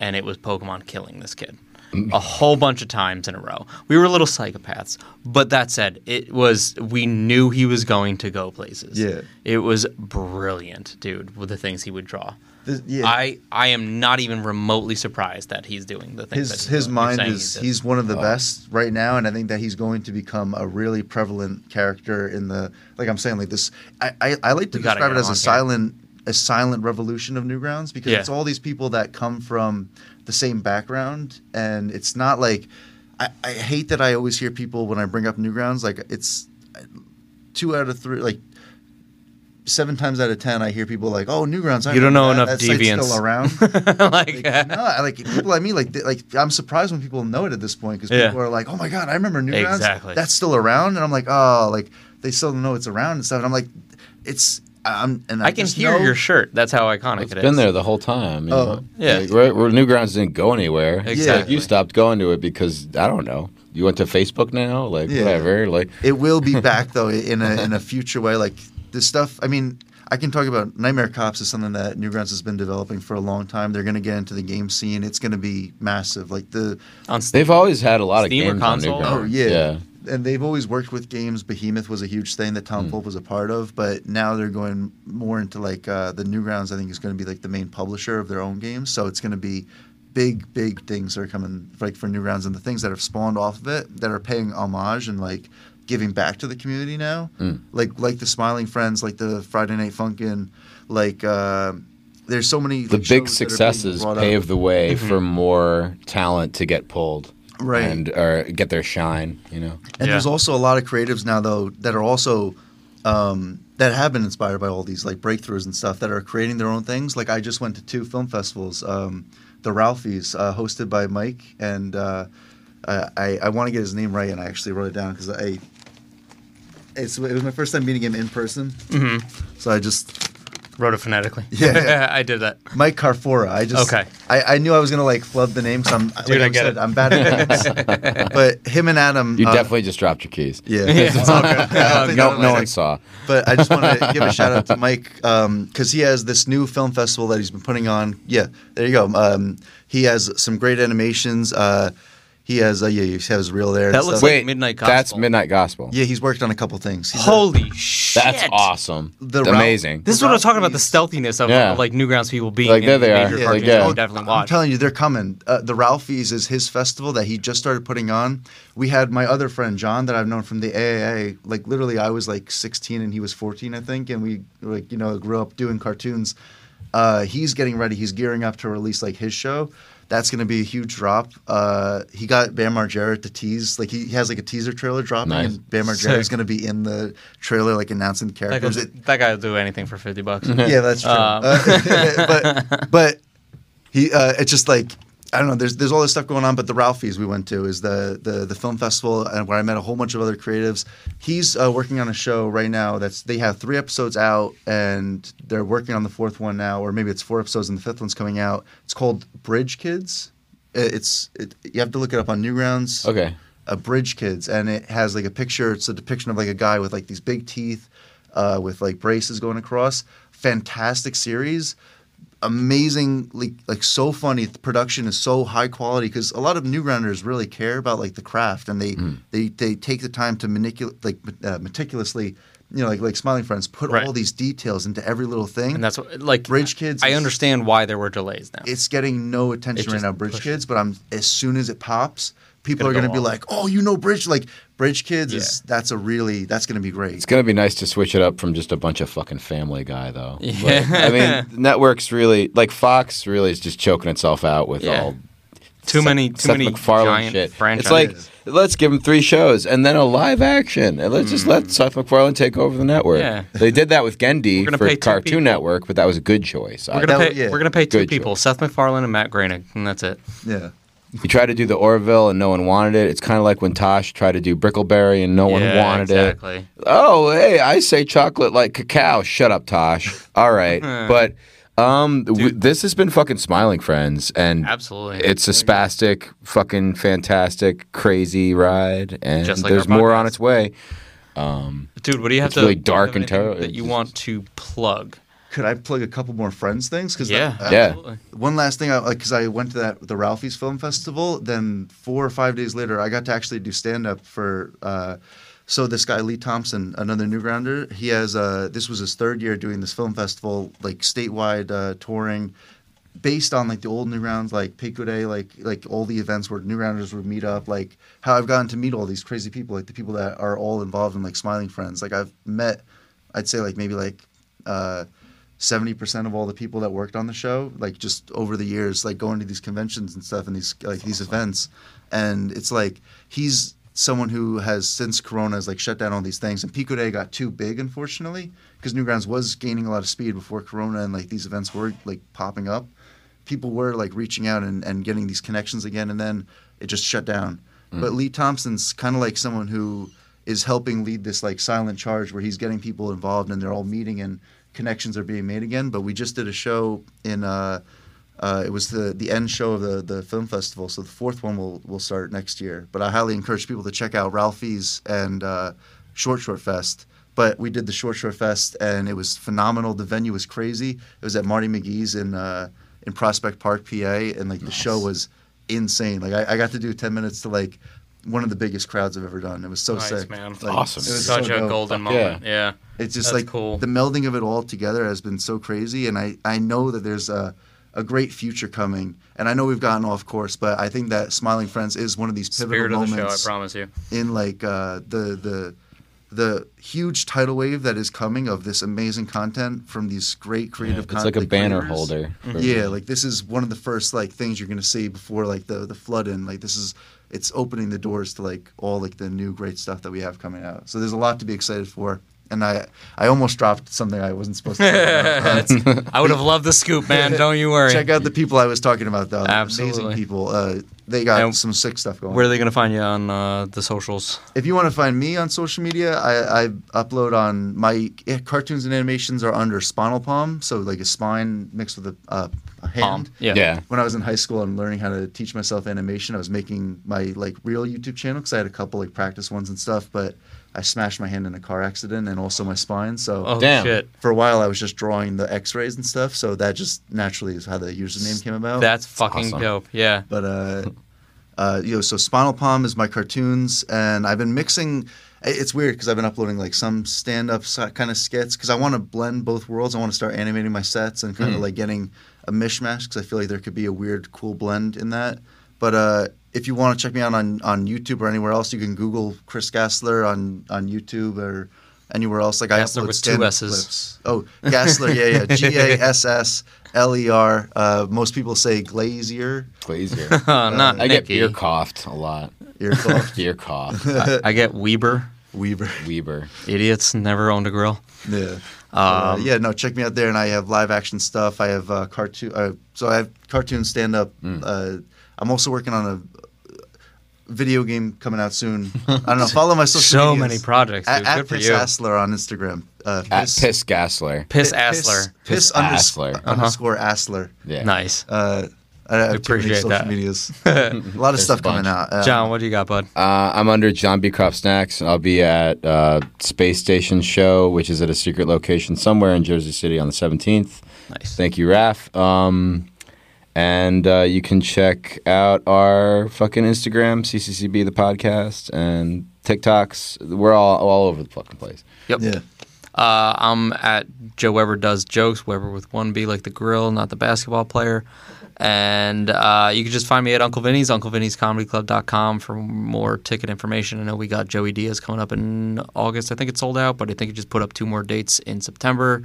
E: and it was Pokemon killing this kid a whole bunch of times in a row. We were little psychopaths, but that said, it was we knew he was going to go places.
F: Yeah.
E: it was brilliant, dude, with the things he would draw.
F: This- yeah.
E: I I am not even remotely surprised that he's doing the things. that
F: his
E: he's
F: his
E: doing.
F: mind
E: saying
F: is
E: he did.
F: he's one of the best right now, and I think that he's going to become a really prevalent character in the like I'm saying like this. I I, I like to
E: We gotta
F: describe
E: get
F: it
E: him on
F: as a
E: here.
F: silent a silent revolution of Newgrounds because
E: Yeah.
F: it's all these people that come from the same background, and it's not like I, I hate that I always hear people when I bring up Newgrounds like it's two out of three like. Seven times out of ten, I hear people like, "Oh, Newgrounds." I
E: You don't
F: remember
E: know
F: that.
E: enough
F: That site's
E: deviants."
F: Still around,
E: like,
F: like, no, I- like people I mean, like they, like I'm surprised when people know it at this point because
E: Yeah.
F: people are like, "Oh my god, I remember Newgrounds.
E: Exactly.
F: That's still around." And I'm like, "Oh, like they still know it's around and stuff." And I'm like, "It's I'm and I,
E: I can
F: just
E: hear
F: know-
E: your shirt. That's how iconic
C: It's
E: it
C: been
E: is.
C: there the whole time. You
F: Oh.
C: know?
E: Yeah.
C: Like, right, where Newgrounds didn't go anywhere. Like,
E: Exactly.
C: you stopped going to it because I don't know. You went to Facebook now, like
F: Yeah.
C: whatever. Like
F: It will be back though in a in a future way. Like this stuff. I mean, I can talk about Nightmare Cops is something that Newgrounds has been developing for a long time. They're going to get into the game scene. It's going to be massive. Like the
E: On Steam.
C: they've always had a lot of
E: Steam or
C: games on
E: console?
C: Newgrounds.
E: Oh,
F: Oh yeah. And they've always worked with games. Behemoth was a huge thing that
C: Hmm.
F: Tom Pope was a part of, but now they're going more into like uh, the Newgrounds. I think is going to be like the main publisher of their own games, so it's going to be big, big things that are coming like for Newgrounds and the things that have spawned off of it that are paying homage and like giving back to the community now,
C: Hmm.
F: like like the Smiling Friends, like the Friday Night Funkin', like. Uh, there's so many
C: The
F: like, shows
C: big
F: that are being
C: successes
F: brought up.
C: paved the way
E: Mm-hmm.
C: for more talent to get pulled,
F: Right.
C: And or get their shine. You know,
F: And
E: Yeah.
F: there's also a lot of creatives now though that are also um, that have been inspired by all these like breakthroughs and stuff that are creating their own things. Like I just went to two film festivals, um, the Ralphies, uh, hosted by Mike, and uh, I, I, I want to get his name right, and I actually wrote it down because I it's, it was my first time meeting him in person, mm-hmm. so I just
E: Wrote it phonetically.
F: Yeah.
E: I did that.
F: Mike Carfora. I just
E: Okay.
F: I, I knew I was gonna like flub the name because I'm like
E: Dude, I
F: you
E: get
F: said,
E: it.
F: I'm bad at names. but him and Adam
C: you
F: uh,
C: definitely just dropped your keys.
F: yeah.
E: It's all good.
F: I think
C: no,
F: that
C: no
F: was-
C: one saw.
F: but I just want to give a shout out to Mike because he has this new film festival that he's been putting on. Yeah, there you go. Um, he has some great animations. Uh, He has uh, yeah, he has real there. and
D: That looks
F: stuff.
D: like- Midnight
C: That's
D: Gospel.
C: Midnight Gospel.
F: yeah, he's worked on a couple things. He's a-
D: Holy shit!
C: That's awesome.
F: The route-
C: Amazing.
D: This is what I was talking about—the stealthiness of
C: Yeah.
D: like Newgrounds people being
C: Like, there
D: in
C: they are.
D: major
C: Yeah,
D: cartoons.
C: like, yeah.
D: you should definitely
F: Oh, I'm
D: watch.
F: telling you, they're coming. Uh, the Ralphie's is his festival that he just started putting on. We had my other friend John that I've known from the AAA. Like literally, I was like 16 and he was 14, I think, and we like you know grew up doing cartoons. Uh, he's getting ready. He's gearing up to release like his show. That's going to be a huge drop. Uh, he got Bam Margera to tease. Like he, he has like a teaser trailer dropping,
C: Nice.
F: and Bam Margera is going to be in the trailer, like announcing the
E: That,
F: characters.
E: goes,
F: It-
E: that guy will do anything for fifty bucks.
C: Mm-hmm.
F: yeah, that's true.
D: Um.
F: Uh, but but he uh, it's just like I don't know. There's there's all this stuff going on. But the Ralphie's we went to is the the the film festival and where I met a whole bunch of other creatives. He's uh, working on a show right now. That's they have three episodes out and they're working on the fourth one now, or maybe it's four episodes and the fifth one's coming out. It's called Bridge Kids. It- It's it, you have to look it up on Newgrounds
C: Okay.
F: a Bridge Kids, and it has like a picture. It's a depiction of like a guy with like these big teeth, uh, with like braces going across. Fantastic series, amazing, like like so funny. The production is so high quality because a lot of newgrounders really care about like the craft, and they
D: Hmm.
F: they they take the time to manipulate like uh, meticulously. You know, like like Smiling Friends, put
D: Right.
F: all these details into every little thing.
D: and that's what, like
F: Bridge Kids
D: I
F: is-
D: understand why there were delays now.
F: it's getting no attention
D: It
F: right
D: just
F: now, Bridge
D: pushes.
F: Kids. But I'm as soon as it pops, people
D: Gonna
F: are
D: go
F: going to be
D: off.
F: like, "Oh, you know Bridge like Bridge Kids is that's a really that's going to be
C: It's
F: great."
C: gonna be nice to switch it up from just a bunch of fucking Family Guy, though. Yeah. I mean, networks really like Fox really is just choking itself out with
D: Yeah.
C: all
D: too
C: Seth-
D: many, too
C: Seth
D: many
C: MacFarlane
D: giant
C: shit.
D: franchises.
C: It's like let's give him three shows and then a live action, and let's just let Seth MacFarlane take over the network.
D: Mm. Yeah.
C: They did that with Gendy
D: We're gonna
C: for
D: pay two people.
C: Cartoon Network, but that was a good choice. I-
D: we're gonna
F: that-
D: pay,
F: yeah.
D: we're gonna pay two
C: Good
D: people: Seth MacFarlane and Matt Groening, and that's it.
F: Yeah,
C: He tried to do the Orville and no one wanted it. It's kind of like when Tosh tried to do Brickleberry and no one
D: Yeah,
C: wanted
D: exactly.
C: it. Oh, hey, I say chocolate like cacao. Shut up, Tosh. All right, but um, w- this has been fucking smiling, friends, and
D: Absolutely.
C: it's a spastic, fucking fantastic, crazy ride, and
D: Just like
C: there's
D: our
C: more on
D: podcast.
C: its way.
D: Dude, what do you have
C: It's
D: to
C: really
D: do you
C: dark
D: have
C: and
D: anything
C: terrible.
D: that you want to plug?
F: could I plug a couple more Friends things? Because
D: Yeah,
C: Yeah.
D: absolutely.
F: One last thing, I like because I went to that the Ralphie's Film Festival. Then four or five days later, I got to actually do stand up for. Uh, so this guy Lee Thompson, another Newgrounder, he has. Uh, this was his third year doing this film festival, like statewide uh, touring, based on like the old Newgrounds, like Pico Day, like like all the events where Newgrounders would meet up. Like how I've gotten to meet all these crazy people, like the people that are all involved in like Smiling Friends. Like I've met, I'd say like maybe like. Uh, seventy percent of all the people that worked on the show, like just over the years, like going to these conventions and stuff and these like these events, and it's like he's someone who has since Corona has like shut down all these things, and Pico Day got too big unfortunately because Newgrounds was gaining a lot of speed before Corona, and like these events were like popping up, people were like reaching out and, and getting these connections again, and then it just shut down. But Lee Thompson's kind of like someone who is helping lead this like silent charge where he's getting people involved and they're all meeting and connections are being made again. But we just did a show in uh, uh, it was the the end show of the the film festival, so the fourth one will will start next year. But I highly encourage people to check out Ralphie's and uh, Short Short Fest. But we did the Short Short Fest and it was phenomenal. The venue was crazy. It was at Marty McGee's in uh, in Prospect Park, PA, and like the show was insane. Like I, I got to do ten minutes to like one of the biggest crowds I've ever done. It was so
D: Nice,
F: sick,
D: man.
F: Like,
C: Awesome.
F: it was
D: Such
F: so
D: a
F: dope.
D: golden
C: Fuck
D: moment. Yeah.
F: It's just
D: That's
F: like
D: cool.
F: the melding of it all together has been so crazy, and I, I know that there's a, a great future coming, and I know we've gotten off course, but I think that Smiling Friends is one of these pivotal
D: Spirit of the show, I
F: moments
D: promise you.
F: in like uh, the the the huge tidal wave that is coming of this amazing content from these great creative.
C: It's like a
F: content
C: banner
F: creators.
C: holder. for-
F: Yeah, like this is one of the first like things you're gonna see before like the the flood in. Like this is it's opening the doors to like all like the new great stuff that we have coming out. So there's a lot to be excited for. And I I almost dropped something I wasn't supposed to. talk about. Uh,
D: I would have loved the scoop, man. Don't you worry.
F: check out the people I was talking about though.
D: Absolutely.
F: Amazing people. Uh, they got
D: And
F: some sick stuff going.
D: Where are they going to find you on uh, the socials?
F: if you want to find me on social media, I, I upload on my eh, cartoons and animations are under Spinal Palm, so like a spine mixed with a, uh, a hand.
D: Yeah.
C: Yeah.
F: When I was in high school and learning how to teach myself animation, I was making my like real YouTube channel because I had a couple like practice ones and stuff, but I smashed my hand in a car accident and also my spine. So
D: Oh,
C: Damn.
D: shit.
F: for a while, I was just drawing the X-rays and stuff. So that just naturally is how the username came about.
D: That's fucking
C: awesome.
D: dope. Yeah.
F: but uh, Uh, you know, so Spinal Palm is my cartoons, and I've been mixing. i- It's weird because I've been uploading like some stand-up kind of skits because I want to blend both worlds. I want to start animating my sets and
E: Hmm.
F: kind of like getting a mishmash because I feel like there could be a weird, cool blend in that. But uh, if you want to check me out on, on YouTube or anywhere else, you can Google Chris Gassler on, on YouTube or anywhere else. Like I
E: Gassler
F: upload
E: with two
F: stand-up
E: S's.
F: clips. Oh, Gassler, yeah, yeah, G A S S L E R. Uh, Most people say Glazier.
C: Glazier.
E: Uh, not
C: I get
E: Nicky.
C: beer coughed a lot.
F: Earful.
C: Beer cough.
E: I, I get Weber.
F: Weaver.
C: Weber.
E: Idiots never owned a grill.
F: Yeah.
C: Um,
F: Uh, yeah, no, check me out there. And I have live action stuff. I have uh, cartoon. Uh, so I have cartoon stand up.
C: Hmm.
F: Uh, I'm also working on a video game coming out soon. I don't know. Follow my social
E: So
F: medias.
E: many projects,
F: At,
E: dude.
F: at
E: Good for
F: Piss
E: you.
F: Assler on Instagram. Uh,
C: At Piss Gassler.
E: Piss Assler.
F: Piss,
C: Piss
F: underscore,
C: Assler. Uh-huh.
F: underscore Assler.
C: Yeah.
E: Nice.
F: Uh, I have too many
E: appreciate
F: social
E: that.
F: medias. a lot of stuff coming out. Uh,
E: John, what do you got, bud?
C: Uh, I'm under John B. Crop Snacks. I'll be at uh, Space Station Show, which is at a secret location somewhere in Jersey City on the 17th.
E: Nice.
C: Thank you, Raf. Um, and uh, you can check out our fucking Instagram, CCCB the podcast, and TikToks. We're all all over the fucking place.
E: Yep.
F: Yeah.
E: Uh, I'm at Joe Weber does jokes. Weber with one B, like the grill, not the basketball player. And uh, you can just find me at Uncle Vinny's, UncleVinny'sComedyClub.com for more ticket information. I know we got Joey Diaz coming up in August. I think it's sold out, but I think he just put up two more dates in September.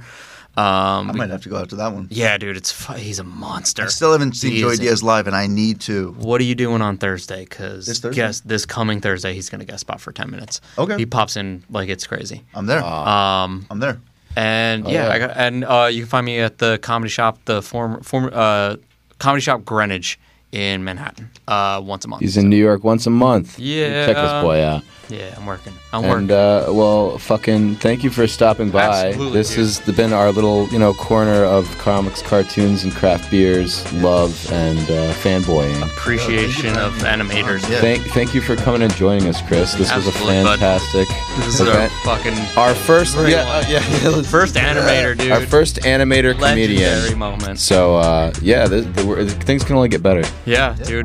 E: Um,
F: I might have to go out to that one.
E: yeah, dude, it's fu- he's a monster.
F: I still haven't seen
E: He
F: Joey
E: is a-
F: Diaz live, and I need to.
E: What are you doing on Thursday? Because
F: This Thursday?
E: guess this coming Thursday he's going to guest spot for ten minutes.
F: Okay.
E: he pops in like it's crazy.
F: I'm there.
E: Um,
F: I'm there.
E: And yeah,
C: Oh, yeah.
E: I got, and uh, you can find me at the comedy shop, the former former uh, comedy shop Greenwich in Manhattan, uh, once a month.
C: He's in New York once a month.
E: Yeah.
C: check this boy out.
E: yeah, I'm working. I'm
C: And
E: working.
C: uh, well, fucking, thank you for stopping by.
E: Absolutely,
C: this
E: dude.
C: has been our little, you know, corner of comics, cartoons, and craft beers, love, and uh, fanboying.
E: Appreciation of animators.
F: Yeah.
C: Thank, thank you for coming and joining us, Chris. This was a
E: Absolutely, bud.
C: fantastic
E: This is our
C: event.
E: fucking
C: Our first,
E: Great
C: yeah,
E: one.
C: uh, yeah, yeah, let's-
E: first animator, dude.
C: our first animator
E: legendary
C: comedian.
E: moment.
C: So uh, yeah, this, the, we're- things can only get better.
E: Yeah, dude.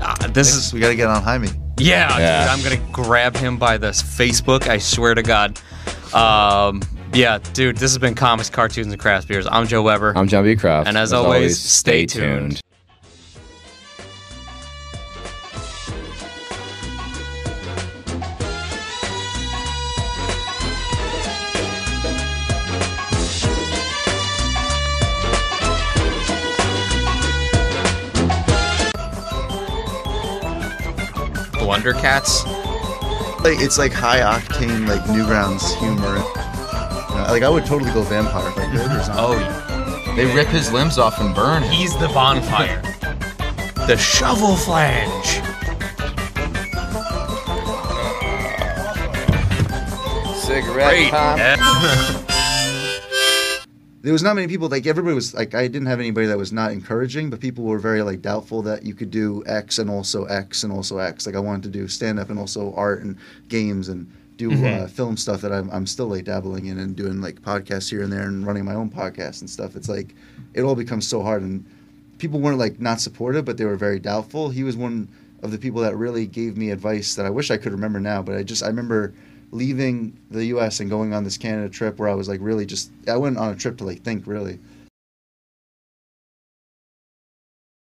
E: Ah, this is
F: We got to get on Jaime.
E: yeah,
C: Yeah.
E: dude. I'm gonna grab him by the Facebook. I swear to God. Um, yeah, dude. This has been comics, cartoons, and craft beers. I'm Joe Weber.
C: I'm John B. Croft,
E: And as always, stay tuned.
H: Blundercats.
F: Like it's like high octane, like Newgrounds humor. Uh, like I would totally go vampire. Like,
E: oh,
C: They rip his limbs off and burn him.
H: He's the bonfire. the shovel flange.
C: Cigarette pop.
F: there was not many people. Like everybody was like I didn't have anybody that was not encouraging, but people were very like doubtful that you could do X and also X and also X. Like I wanted to do stand up and also art and games and do
E: Mm-hmm.
F: uh, film stuff that I'm, I'm still like dabbling in and doing like podcasts here and there and running my own podcast and stuff. It's like it all becomes so hard and people weren't like not supportive, but they were very doubtful. He was one of the people that really gave me advice that I wish I could remember now, but I just I remember leaving the U.S. and going on this Canada trip where I was like really just I went on a trip to like think really,